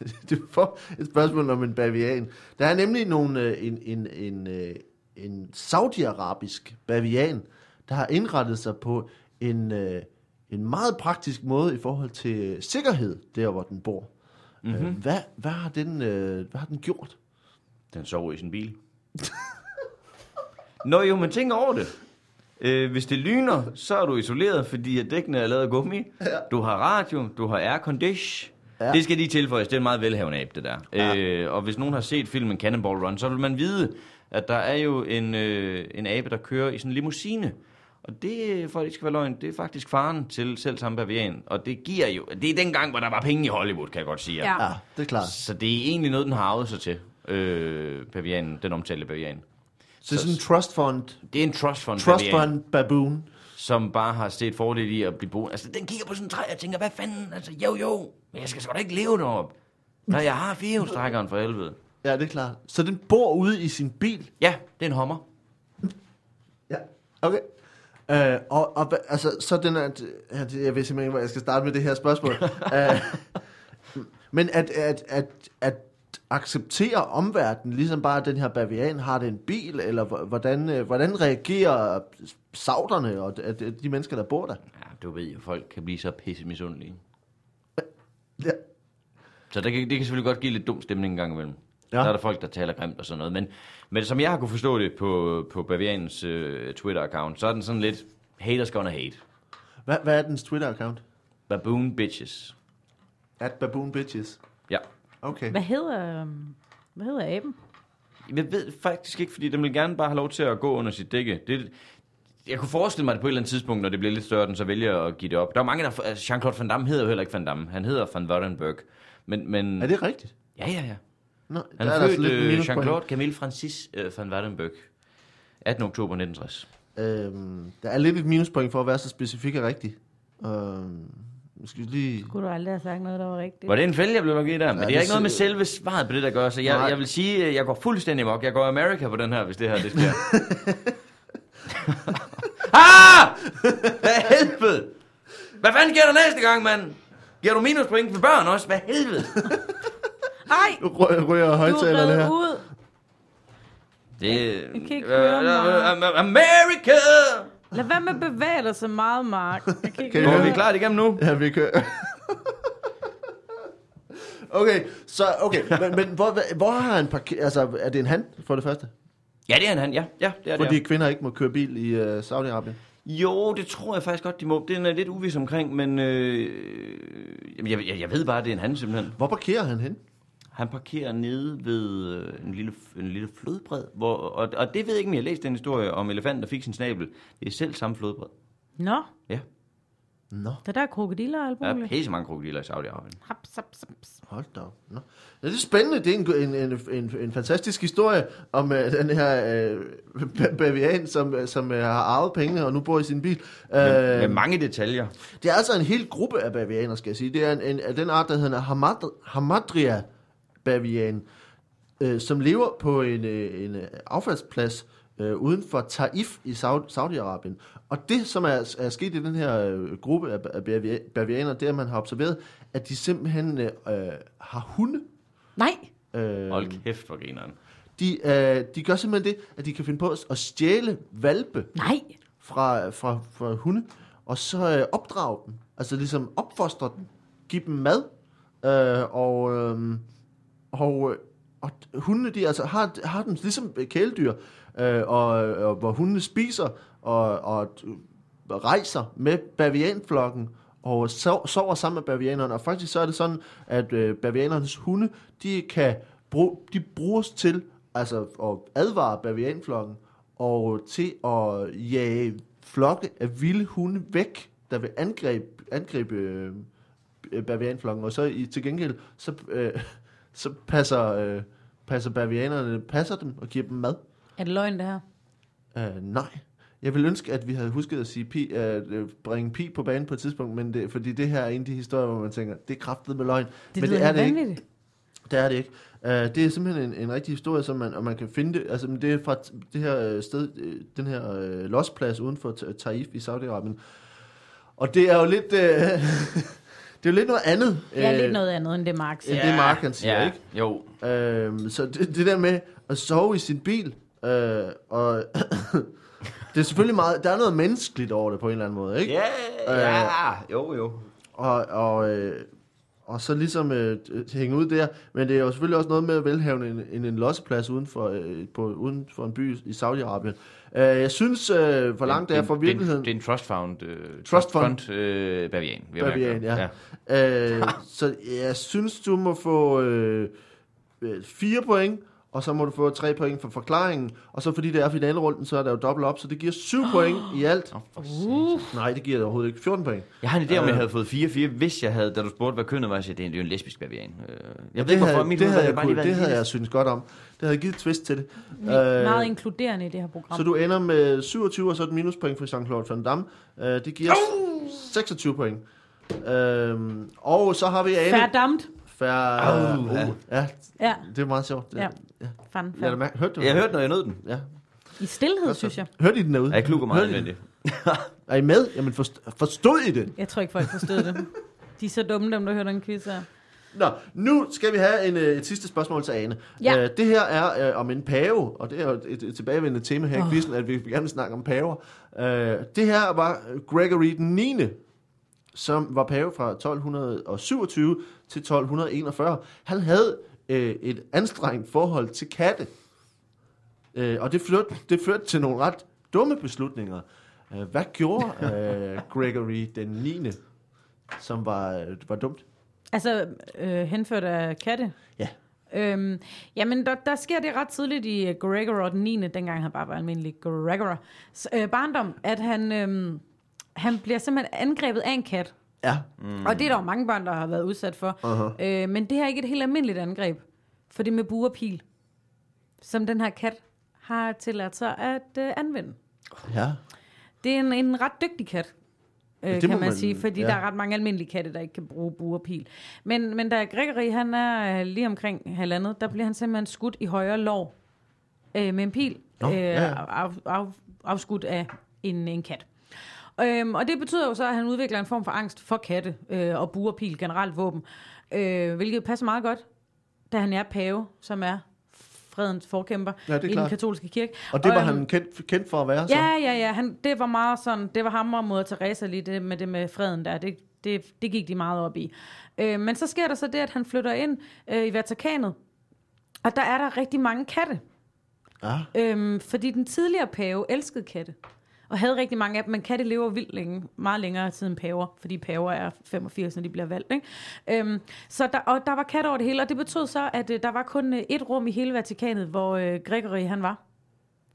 S1: <laughs> du får et spørgsmål om en bavian. Der er nemlig nogle, øh, en, en, en, øh, en saudiarabisk bavian, der har indrettet sig på en, øh, en meget praktisk måde i forhold til øh, sikkerhed, der hvor den bor. Mm-hmm. Hvad, hvad, har den, øh, hvad har den gjort?
S3: Den sover i sin bil. Nå jo, men tænk over det. Øh, hvis det lyner, så er du isoleret, fordi at dækkene er lavet af gummi. Ja. Du har radio, du har aircondition.
S1: Ja.
S3: Ja. Det skal lige tilføjes, det er en meget velhavende app, det der. Ja. Øh, og hvis nogen har set filmen Cannonball Run, så vil man vide, at der er jo en, øh, en abe, der kører i sådan en limousine. Og det, øh, for at det ikke skal være løgn, det er faktisk faren til selv samme bavian. Og det giver jo, det er den gang, hvor der var penge i Hollywood, kan jeg godt sige.
S2: Ja.
S1: Ja, det er klart.
S3: Så det er egentlig noget, den har arvet sig til, øh, pavianen, den omtalte pavian.
S1: Så det er sådan en trust fund,
S3: Det er en trust fund,
S1: trust
S3: pavian,
S1: fund baboon.
S3: som bare har set fordel i at blive boende. Altså, den kigger på sådan en træ og tænker, hvad fanden? Altså, jo, jo, men jeg skal sgu da ikke leve derop. Når jeg har firehjulstrækkeren for helvede.
S1: Ja, det er klart. Så den bor ude i sin bil.
S3: Ja, det er en hommer.
S1: Ja, okay. Øh, og, og hva- altså, så den er, ja, det- jeg ved simpelthen ikke, hvor jeg skal starte med det her spørgsmål. øh, men at, at, at, at, accepterer omverdenen, ligesom bare, at den her bavian har den bil, eller h- hvordan, øh, hvordan reagerer sauderne og d- d- de mennesker, der bor der?
S3: Ja, du ved jo, folk kan blive så pisse misundelige.
S1: Ja.
S3: Så der kan, det kan selvfølgelig godt give lidt dum stemning en gang imellem.
S1: Ja.
S3: Ja. Der er der folk, der taler grimt og sådan noget. Men, men som jeg har kunne forstå det på, på Bavianens øh, Twitter-account, så er den sådan lidt, haters gonna hate.
S1: Hvad, hvad er dens Twitter-account?
S3: Baboon bitches.
S1: At baboon bitches.
S3: Ja.
S1: Okay.
S2: Hvad hedder, øhm, hvad hedder aben?
S3: Jeg ved faktisk ikke, fordi den vil gerne bare have lov til at gå under sit dække. Det, jeg kunne forestille mig, at på et eller andet tidspunkt, når det bliver lidt større, den så vælger at give det op. Der er mange, der... Altså Jean-Claude Van Damme hedder jo heller ikke Van Damme. Han hedder Van Wardenberg. Men, men...
S1: Er det rigtigt?
S3: Ja, ja, ja.
S1: Nå,
S3: Han
S1: der
S3: er
S1: der
S3: født
S1: en
S3: øh,
S1: minuspoint.
S3: Jean-Claude Camille Francis øh, van Wardenberg. 18. oktober 1960.
S1: Øhm, der er lidt et minuspoint for at være så specifik og rigtig. Øhm, nu skal vi lige...
S2: Kunne du aldrig have sagt noget, der var rigtigt?
S3: Var det en fælde, jeg blev nok i der? Men
S1: Ja,
S3: ja, det
S1: det
S3: er ikke noget med
S1: ser-
S3: selve svaret på det, der gør. Så
S1: Nej.
S3: jeg, jeg vil sige, øh, jeg går fuldstændig mok. Jeg går America på den her, hvis det her det
S1: <laughs>
S3: sker. ah! Hvad helvede! Hvad fanden sker der næste gang, mand? Giver du minuspoint for børn også? Hvad helvede?
S2: Ej,
S1: Nu rø- ryger
S2: du er
S1: højtalerne
S2: reddet
S1: her.
S2: ud.
S3: Det, øh, jeg
S2: kan ikke høre mig.
S3: øh, America!
S2: Lad være med at bevæge dig så meget, Mark. Jeg kan ikke
S1: Kan I
S3: Går
S1: høre?
S2: høre.
S3: vi klart igennem nu?
S1: Ja, vi kører. okay, så okay, men, men hvor, hvad- hvor har han parkeret? Altså, er det en han for det første?
S3: Ja, det er han, han. Ja, ja det er det.
S1: Fordi kvinder ikke må køre bil i øh, Saudi-Arabien.
S3: Jo, det tror jeg faktisk godt, de må. Det er jeg lidt uvis omkring, men øh, jamen, jeg, jeg, jeg ved bare, at det er en han simpelthen.
S1: Hvor parkerer han hen?
S3: Han parkerer nede ved øh, en lille, en lille flodbred, hvor, og, og det ved jeg ikke, om jeg har læst den historie om elefanten, der fik sin snabel. Det er selv samme flodbred.
S2: Nå,
S3: Ja,
S1: Nå,
S2: der, der er krokodiller og alt
S3: der er
S2: muligt.
S3: pisse mange krokodiller i Saudi-Arabien.
S2: Haps, haps, haps.
S1: hold da op. Nå. Ja, det er spændende. Det er en, en, en, en, en fantastisk historie om øh, den her øh, ba- bavian, som, som øh, har arvet pengene og nu bor i sin bil.
S3: Med,
S1: Øh,
S3: med mange detaljer.
S1: Det er altså en hel gruppe af bavianer, skal jeg sige. Det er en, en, af den art, der hedder Hamad, Hamadria bavian, øh, som lever på en, øh, en øh, affaldsplads øh, uden for Taif i Saud- Saudi-Arabien. Og det, som er, er sket i den her øh, gruppe af, af bavia- bavianer, det er, at man har observeret, at de simpelthen øh, øh, har hunde.
S2: Nej,
S1: Øh,
S3: Hold kæft, hvor grineren.
S1: de, øh, de gør simpelthen det, at de kan finde på at- at stjæle valpe
S2: nej.
S1: fra, fra, fra hunde, og så øh, opdrage dem. Altså ligesom opfostre dem, give dem mad, øh, og, øh, og, øh, og hundene de altså har, har dem ligesom kæledyr, øh, og, og hvor hundene spiser og, og øh, rejser med bavianflokken, og sov- sover sammen med bavianerne. Og faktisk så er det sådan, at øh, bavianernes hunde, de kan bruge, de bruges til altså at advare bavianflokken, og til at jage flokke af vilde hunde væk, der vil angribe, angribe øh, øh, bavianflokken. Og så i, til gengæld, så, øh, <laughs> så passer, øh, passer bavianerne passer dem og giver dem mad.
S2: Er det løgn, det her?
S1: Uh, nej. Jeg vil ønske, at vi havde husket at sige pi, at øh, bringe pi på banen på et tidspunkt, men det, fordi det her er en af de historier, hvor man tænker, det er kraftet med løgn.
S2: Det
S1: men
S2: lyder
S1: det er det ikke.
S2: vanvittigt.
S1: Det er det ikke. Uh, det er simpelthen en, en rigtig historie, som man, og man kan finde det. Altså, men det er fra t- det her øh, sted, øh, den her øh, losplads uden for Ta- Taif i Saudi-Arabien. Og det er jo lidt... Øh, <laughs> det er jo lidt noget andet.
S2: Det er
S1: øh,
S2: lidt noget andet, end det Mark siger.
S1: Ja, det er Mark, han siger, ikke?
S3: Jo.
S1: Øhm, så det, det der med at sove i sin bil, øh, og <coughs> det er selvfølgelig meget, der er noget menneskeligt over det på en eller anden måde, ikke?
S3: Ja,
S1: Øh,
S3: ja, jo, jo.
S1: Og, og, øh, og så ligesom øh, t- hænge ud der, men det er jo selvfølgelig også noget med at velhavne en, en, en losseplads uden for, øh, på, uden for en by i Saudi-Arabien. Øh, jeg synes, øh, for langt det er fra virkeligheden,
S3: Det er en trust fund, øh,
S1: Trust
S3: trust
S1: fund.
S3: fund, øh, bavian. vil jeg
S1: Bavian,
S3: mærke.
S1: ja. ja. Øh, så jeg synes, du må få øh, øh, fire point, og så må du få tre point for forklaringen. Og så fordi det er finalerunden, så er der jo dobbelt op, så det giver
S3: <gasps>
S1: syv point i alt.
S3: Nå, for
S2: Uh,
S1: Nej, det giver det overhovedet ikke. 14 point.
S3: Jeg har en idé om,
S1: Øh.
S3: jeg havde fået 4-4, hvis jeg havde, da du spurgte, hvad kønnet var, så jeg, det er jo en lesbisk bavian. Øh, Jeg ved
S1: Det
S3: ikke, hvorfor
S1: havde,
S3: min
S1: det
S3: hud
S1: havde,
S3: havde
S1: jeg,
S3: bare lige
S1: kunne,
S3: været
S1: det
S3: en
S1: havde
S3: lille-
S1: jeg synes godt om. Det havde givet et twist til det.
S2: Mm, meget inkluderende i det her program.
S1: øh, så du ender med 27, og så et minuspoint for Jean-Claude Van Damme. Øh, det giver 26 point. Øhm, og så har vi Ane.
S2: Færdamt.
S1: Færd...
S3: Au,
S1: Uh,
S3: ja.
S1: ja,
S2: Ja,
S1: det er meget sjovt. Det,
S2: ja. Fan,
S1: Lad det
S2: fan.
S1: mærke. Hørte du?
S3: Jeg hørte, når jeg nød den.
S1: Ja.
S2: I stillhed, synes jeg.
S1: Hørte I den derude?
S3: Jeg klug og
S1: Hørte
S3: meget
S1: I den?
S3: nødvendig.
S1: Er I med? Jamen, forst- forstod I det?
S2: Jeg tror ikke, folk forstod det. De er så dumme, dem, der hørte en quiz her.
S1: Nå, nu skal vi have en, øh, et sidste spørgsmål til Ane.
S2: Ja.
S1: Øh, det her er øh, om en pave, og det er jo et, et tilbagevendende tema her oh.
S2: Åh.
S1: i quizzen, at vi gerne vil snakke om paver. Øh, det her var Gregory den 9., som var pave fra 1227 til 1241. Han havde øh, et anstrengt forhold til katte, øh, og det førte, det førte til nogle ret dumme beslutninger. Øh, hvad gjorde
S2: <laughs>
S1: øh, Gregory den 9., som var, øh, var dumt?
S2: Altså, øh, henført af katte?
S1: Ja.
S2: Øhm, jamen, der, der sker det ret tidligt i øh, Gregor den 9., dengang han bare var almindelig Gregor, s- øh, barndom, at han, øhm, han bliver simpelthen angrebet af en kat.
S1: Ja.
S2: Mm. Og det er der jo mange børn, der har været udsat for.
S1: Uh-huh.
S2: Øh, men det her er ikke et helt almindeligt angreb, for det er med bue og pil, som den her kat har tillært sig at øh, anvende.
S1: Ja.
S2: Det er en, en ret dygtig kat, øh,
S1: det
S2: kan
S1: må
S2: man,
S1: man-
S2: sige, fordi
S1: ja.
S2: ja. der er ret mange almindelige katte, der ikke kan bruge buerpil. Men, men da Gregory, han er øh, lige omkring halvandet, der bliver han simpelthen skudt i højre lår øh, med en pil,
S1: Nå,
S2: øh,
S1: ja, ja.
S2: Af, af, afskudt af en, en kat. Øhm, og det betyder jo så, at han udvikler en form for angst for katte øh, og buerpil, generelt våben, øh, hvilket passer meget godt, da han er pave, som er fredens forkæmper
S1: Ja, det er
S2: i den
S1: klart.
S2: katolske kirke.
S1: Og det var
S2: øhm,
S1: han kendt, kendt for at være, så?
S2: Ja, ja, ja. Han, det var meget sådan, det var ham og moder Teresa lige det med det med freden der. Det, det, det gik de meget op i. Øh, men så sker der så det, at han flytter ind øh, i Vatikanet. Og der er der rigtig mange katte.
S1: Ja.
S2: Øhm, fordi den tidligere pave elskede katte. Og havde rigtig mange af dem, men katte lever vildt længe. Meget længere tid end paver, fordi paver er 85, når de bliver valgt. Ikke? Øhm, så der, og der var katte over det hele, og det betød så, at øh, der var kun øh, et rum i hele Vatikanet, hvor øh, Gregory han var.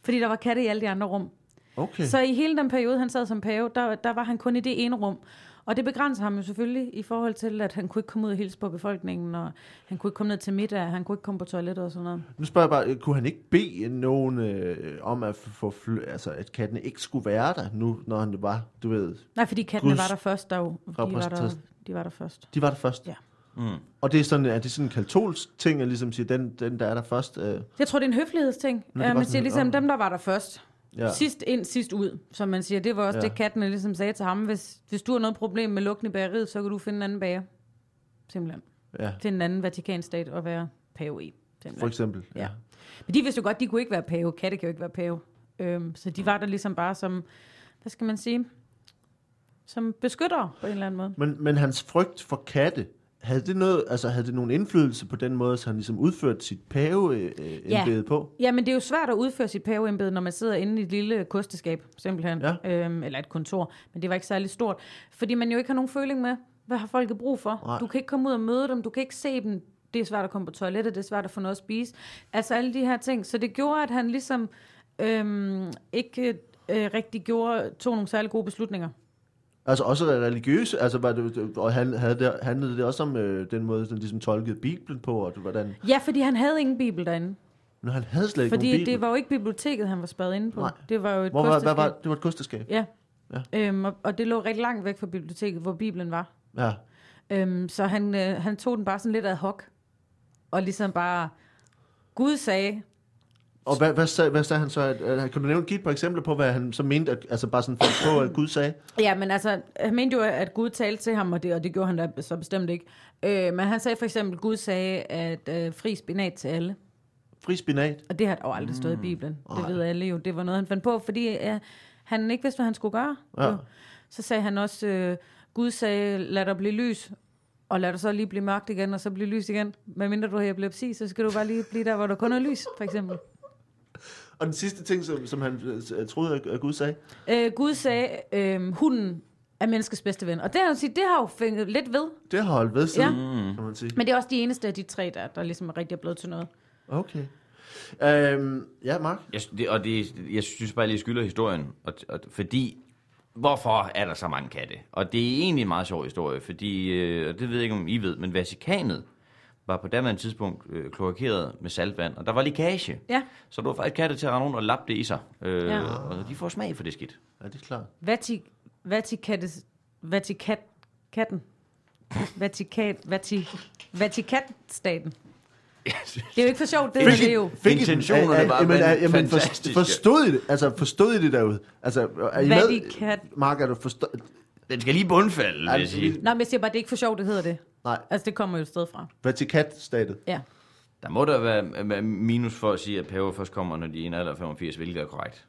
S2: Fordi der var katte i alle de andre rum.
S1: Okay.
S2: Så i hele den periode, han sad som pave, der, der var han kun i det ene rum. Og det begrænsede ham jo selvfølgelig i forhold til, at han kunne ikke komme ud og hilse på befolkningen, og han kunne ikke komme ned til middag, han kunne ikke komme på toilettet og sådan noget.
S1: Nu spørger jeg bare, øh, kunne han ikke bede nogen øh, om, at, få fly, altså, at kattene ikke skulle være der nu, når han var, du ved,
S2: Nej, fordi kattene
S1: Guds
S2: var der først, der jo. De var der,
S1: repræsentant.
S2: de var der først.
S1: de var der først?
S2: Ja.
S1: Mm. Og det er sådan, er det sådan en katolsk ting, at ligesom sige, den, den der er der først? Øh,
S2: Jeg tror, det er en høflighedsting.
S1: det er
S2: Ja,
S1: bare
S2: man siger
S1: sådan,
S2: ligesom,
S1: "Nå."
S2: dem der var der først,
S1: ja.
S2: sidst ind, sidst ud, som man siger. Det var også
S1: Ja.
S2: ja. det, kattene ligesom sagde til ham. Hvis, hvis du har noget problem med lugten i bageriet, så kan du finde en anden bager. Simpelthen.
S1: ja.
S2: Til en anden vatikanstat at være pave i.
S1: For
S2: Simpelthen.
S1: eksempel. Ja.
S2: Ja. Men de vidste jo godt, de kunne ikke være pave. Katte kan jo ikke være pave. Øhm, så de var der ligesom bare som, hvad skal man sige, som beskyttere på en eller anden måde.
S1: Men, men hans frygt for katte, havde det, noget, altså, havde det nogen indflydelse på den måde, så han ligesom udførte sit paveembede øh,
S2: Ja.
S1: embede på?
S2: Ja, men det er jo svært at udføre sit paveembede, når man sidder inde i et lille kosteskab, simpelthen.
S1: Ja.
S2: Øhm, eller et kontor, men det var ikke særlig stort. Fordi man jo ikke har nogen føling med, hvad har folket brug for?
S1: Nej.
S2: Du kan ikke komme ud og møde dem, du kan ikke se dem. Det er svært at komme på toilettet, det er svært at få noget at spise. Altså alle de her ting. Så det gjorde, at han ligesom øhm, ikke øh, rigtig gjorde, tog nogle særlig gode beslutninger.
S1: Altså også religiøse, altså var det, og han, havde det, handlede det også om øh, den måde, den ligesom tolkede Bibelen på, og det, hvordan...
S2: Ja, fordi han havde ingen bibel derinde.
S1: Men han havde slet ikke nogen
S2: Fordi
S1: Bibel.
S2: det var jo ikke biblioteket, han var spadet inde på.
S1: Nej.
S2: Det var jo et
S1: Hvor var, hvad
S2: kosteskab.
S1: var, det var et kusteskab.
S2: Ja.
S1: Ja.
S2: Øhm, og, og det lå rigtig langt væk fra biblioteket, hvor Bibelen var.
S1: Ja.
S2: Øhm, så han, øh, han tog den bare sådan lidt ad hoc. Og ligesom bare... Gud sagde...
S1: Og hvad, hvad, sag, hvad sagde han så? At, at, kan du nævne give et par eksempler på, hvad han så mente, at, altså bare sådan fandt på, at Gud sagde?
S2: Ja, men altså, han mente jo, at Gud talte til ham, og det, og det gjorde han da så bestemt ikke. Øh, men han sagde for eksempel, Gud sagde, at øh, fri spinat til alle.
S1: Fri spinat.
S2: Og det har jo aldrig stået i Bibelen. Det
S1: Ej.
S2: ved alle jo. Det var noget, han fandt på, fordi øh, han ikke vidste, hvad han skulle gøre.
S1: Ja.
S2: Jo. Så sagde han også, øh, Gud sagde, lad der blive lys, og lad der så lige blive mørkt igen, og så blive lys igen. Men mindre du har epilepsi, så skal du bare lige blive der, hvor der kun er lys, for eksempel.
S1: Og den sidste ting, som, som han øh, troede, at, at Gud sagde?
S2: Øh, Gud sagde, øh, hunden er menneskets bedste ven. Og det, har jeg jo sige, det har jo fænget lidt ved.
S1: Det har holdt ved
S2: Ja.
S1: siden,
S3: Mm.
S1: kan man sige.
S2: Men det er også de eneste af de tre, der, der ligesom rigtig er blevet til noget.
S1: Okay. Øhm, ja, Mark?
S3: Jeg, det, og det, jeg synes bare, jeg lige skylder historien. Og, og, fordi, hvorfor er der så mange katte? Og det er egentlig en meget sjov historie, fordi, øh, og det ved jeg ikke, om I ved, men Vatikanet var på daværende tidspunkt øh, kloakeret med saltvand, og der var lækage.
S2: Ja,
S3: Så du var faktisk katte til at rende rundt og lappe det i sig. Øh,
S2: Ja.
S3: ja. Og de får smag for det skidt. <laughs>
S1: Ja, det er klart.
S2: Vati, Vatikattes, Vatikat, katten. Vatikat, Vati, Vatikanstaten. Det er jo ikke for sjovt, det, her, det er jo.
S1: Fik I den?
S3: Intentionerne
S1: Ja, ja,
S3: var
S1: jamen, ja, jamen, for,
S3: fantastiske.
S1: forstod I det? Altså, forstod I det derude? Altså, er I med?
S2: Vatikat.
S1: Mark, er du forstået?
S3: Den skal lige bundfalde, vil
S1: Ej,
S3: jeg sige.
S2: Nå, men jeg siger bare, det er ikke for sjovt, det hedder det.
S1: Nej,
S2: Altså, det kommer jo et sted fra.
S1: Vatikanstatet.
S2: Ja.
S3: Der må der være øh, minus for at sige, at paver først kommer, når de er i en alder af 85, hvilket er korrekt.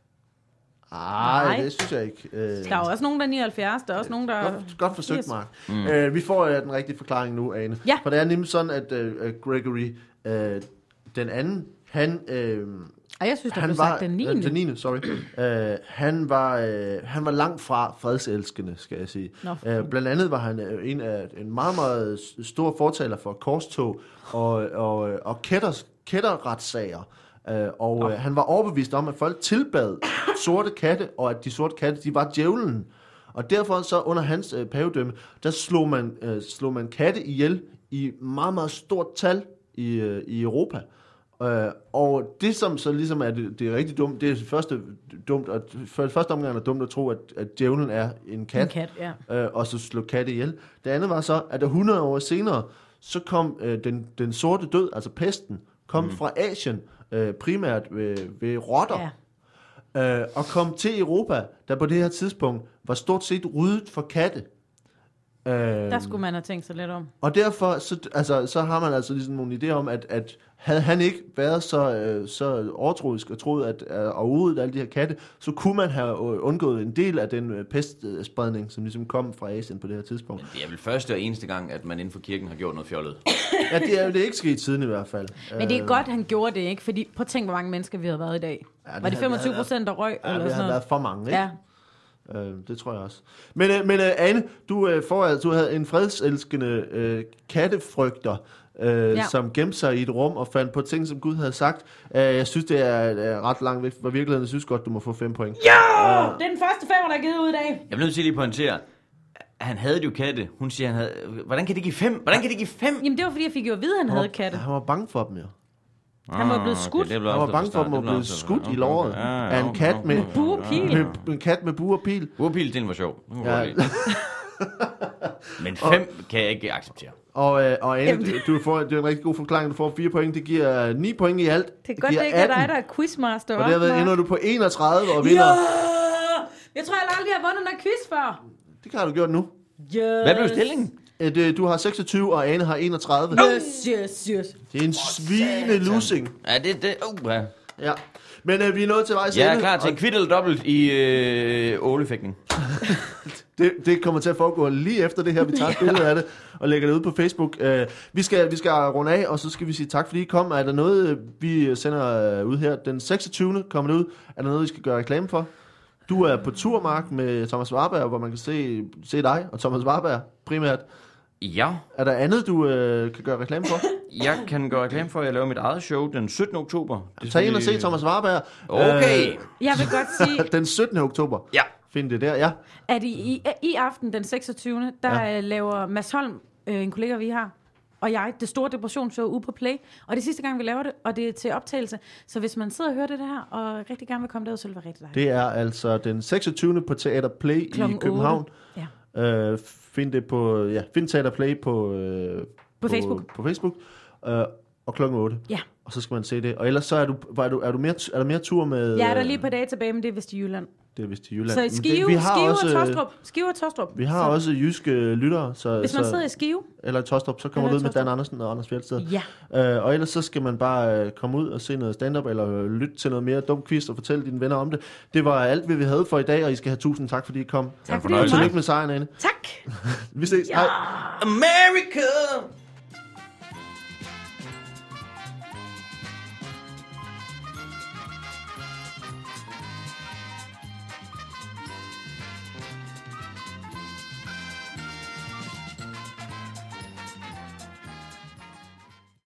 S1: Ej,
S2: Nej.
S1: Ah, det synes jeg ikke. Øh,
S2: Der er jo også nogen, der er 79, der er også nogen, der... er-
S1: Godt, godt forsøgt,
S2: Yes.
S1: Mark. Mm. Øh, vi får øh, den rigtige forklaring nu, Ane.
S2: Ja.
S1: For det er nemlig sådan, at øh, Gregory, øh, den anden, han... Øh,
S2: Ej, jeg synes, der blev
S1: han var,
S2: sagt den 9.
S1: øh, Den 9. sorry. Øh, han, var, øh, han var langt fra fredselskende, skal jeg sige.
S2: Nå.
S1: Øh, blandt andet var han øh, en af en meget, meget s- stor fortaler for korstog og, og, og kætter, kætterretssager. Øh, og øh, han var overbevist om, at folk tilbad sorte katte, og at de sorte katte, de var djævlen. Og derfor så under hans øh, pavedømme, der slog man, øh, slog man katte ihjel i meget, meget stort tal i, øh, i Europa. Øh, og det, som så ligesom er det, det er rigtig dumt, det er første, dumt at, for første omgang er det dumt at tro, at, at djævlen er en kat,
S2: En kat, ja.
S1: Øh, og så slå katte ihjel. Det andet var så, at der 100 år senere, så kom øh, den, den sorte død, altså pesten, kom mm. fra Asien, øh, primært ved, ved rotter,
S2: ja.
S1: øh, og kom til Europa, der på det her tidspunkt var stort set ryddet for katte. Øh,
S2: Der skulle man have tænkt sig lidt om.
S1: og derfor, så, altså, så har man altså ligesom nogle idéer om, at, at havde han ikke været så, øh, så overtroisk og troet at, øh, og udet alle de her katte, så kunne man have øh, undgået en del af den øh, pestspredning, som ligesom kom fra Asien på det her tidspunkt.
S3: Det er vel første og eneste gang, at man inden for kirken har gjort noget fjollet.
S1: Ja, det er jo det er ikke sket siden i hvert fald.
S2: Men det er godt, han gjorde det, ikke? Fordi prøv at tænke, hvor mange mennesker vi har været i dag.
S1: Øh. Ja, det
S2: var det
S1: har-
S2: 25 procent, der røg?
S1: Ja,
S2: eller
S1: det
S2: sådan
S1: har
S2: noget?
S1: været for mange, ikke?
S2: Ja,
S1: Øh, det tror jeg også. Men, øh, men øh, Anne, du, øh, får, altså- du havde en fredselskende øh, kattefrygter, øh, ja.
S2: Ja.
S1: som gemte sig i et rum og fandt på ting, som Gud havde sagt. Øh, jeg synes, det er øh, ret langt væk fra virkeligheden. Jeg synes godt, du må få fem point. Ja!
S2: Det er den første femmer, der er givet ud i dag.
S3: Jeg bliver nødt til at lige at pointere, at han havde jo katte. Hun siger, han havde... Hvordan kan det give fem? Hvordan kan det give fem?
S2: Jamen, det var, fordi jeg fik jo at vide, at han havde katte.
S1: Han var bange for dem, jo.
S2: Han var blevet
S3: Ah,
S2: skudt.
S3: det blev
S1: Han var
S3: afsløret
S1: bange for,
S3: fra
S1: at man
S3: start.
S1: blev skudt
S3: Det blev
S1: i
S3: afsløret.
S1: låret
S3: Okay, okay. Ja, ja,
S1: af en
S3: okay,
S1: kat
S3: okay,
S1: med,
S3: okay.
S2: Bue pil.
S1: med en kat med bue og pil.
S3: Urpil, den var sjov. Den
S1: Ja.
S3: var <laughs> ja. Men fem kan jeg ikke acceptere.
S1: Og, øh, og Anne,
S2: Jamen,
S1: du, du får, det er en rigtig god forklaring. Du får fire point. Det giver øh, ni point i alt.
S2: Det er godt,
S1: giver
S2: det ikke er
S1: 18.
S2: dig, der er quizmaster.
S1: Og
S2: hva'?
S1: derved ender du på 31 og vinder.
S2: Ja! Jeg tror, jeg aldrig har vundet en quiz før.
S1: Det har du gjort nu.
S2: Yes.
S3: Hvad blev stillingen?
S1: At, øh, du har 26, og Ane har 31.
S2: Yes, yes, yes.
S1: Det er en svinelussing.
S3: Ja, det, det, uh, ja.
S1: Ja. Men øh, vi er nået til vejs
S3: Jeg er
S1: ende,
S3: klar til en
S1: og
S3: kvitt eller dobbelt i øh, ålefægtning.
S1: det, det kommer til at foregå lige efter det her. Vi tager
S3: <laughs>
S1: et billede af det og lægger det ud på Facebook. Øh, vi, skal, vi skal runde af, og så skal vi sige tak, fordi I kom. Er der noget, øh, vi sender øh, ud her den 26. kommer det ud? Er der noget, vi skal gøre reklame for? Du er på turmark med Thomas Warberg, hvor man kan se, se dig og Thomas Warberg primært.
S3: Ja,
S1: Er der andet, du øh, kan gøre reklame for?
S3: jeg kan gøre reklame for, at jeg laver mit eget show den 17. oktober.
S1: Tag
S3: Det skal
S1: ind og
S3: vi-
S1: se Thomas Warberg.
S3: Okay.
S2: Jeg vil godt sige,
S1: Øh, den 17. oktober.
S3: Ja.
S1: Find det der, ja.
S2: at i, i, i aften den 26. der
S1: Ja.
S2: ja. laver Mads Holm, øh, en kollega vi har, og jeg, det store depressionsshow ude på Play. Og det er sidste gang, vi laver det, og det er til optagelse. Så hvis man sidder og hører det her, og rigtig gerne vil komme derud, så vil det være rigtig dejligt.
S1: Det er altså den 26. på Teater Play i
S2: Klokken
S1: København.
S2: otte. Ja.
S1: Øh, find det på, ja, find Teater Play på, øh, på,
S2: Facebook.
S1: På Facebook. Øh, og klokken 8.
S2: Ja.
S1: Og så skal man se det. Og ellers så er du, var du, er du mere, er der mere tur med... øh,
S2: Jeg er der lige på dage tilbage, men det er vist i Jylland.
S1: Det er vist i Jylland.
S2: Så i
S1: Men
S2: Skive,
S1: det,
S2: det, Skive også, og
S1: øh,
S2: Tostrup. Skive og Tostrup.
S1: Vi har
S2: så,
S1: så. også altså- jyske lyttere, så,
S2: Hvis man sidder i
S1: så,
S2: Skive,
S1: eller i Tostrup, så kommer
S2: Eller
S1: du ud med Dan
S2: Tostrup.
S1: Andersen og Anders Fjeldsted.
S2: ja.
S1: Øh, og ellers så skal man bare øh, komme ud og se noget stand-up, eller øh, lytte til noget mere dum quiz og fortælle dine venner om det. Det var alt, hvad vi havde for i dag, og I skal have tusind tak, fordi I kom.
S2: Tak fordi
S3: fornøjelse.
S2: du
S1: Tillykke
S2: måtte.
S1: med sejren, Anne.
S2: Tak.
S1: Vi ses. Ja. Hej.
S3: America!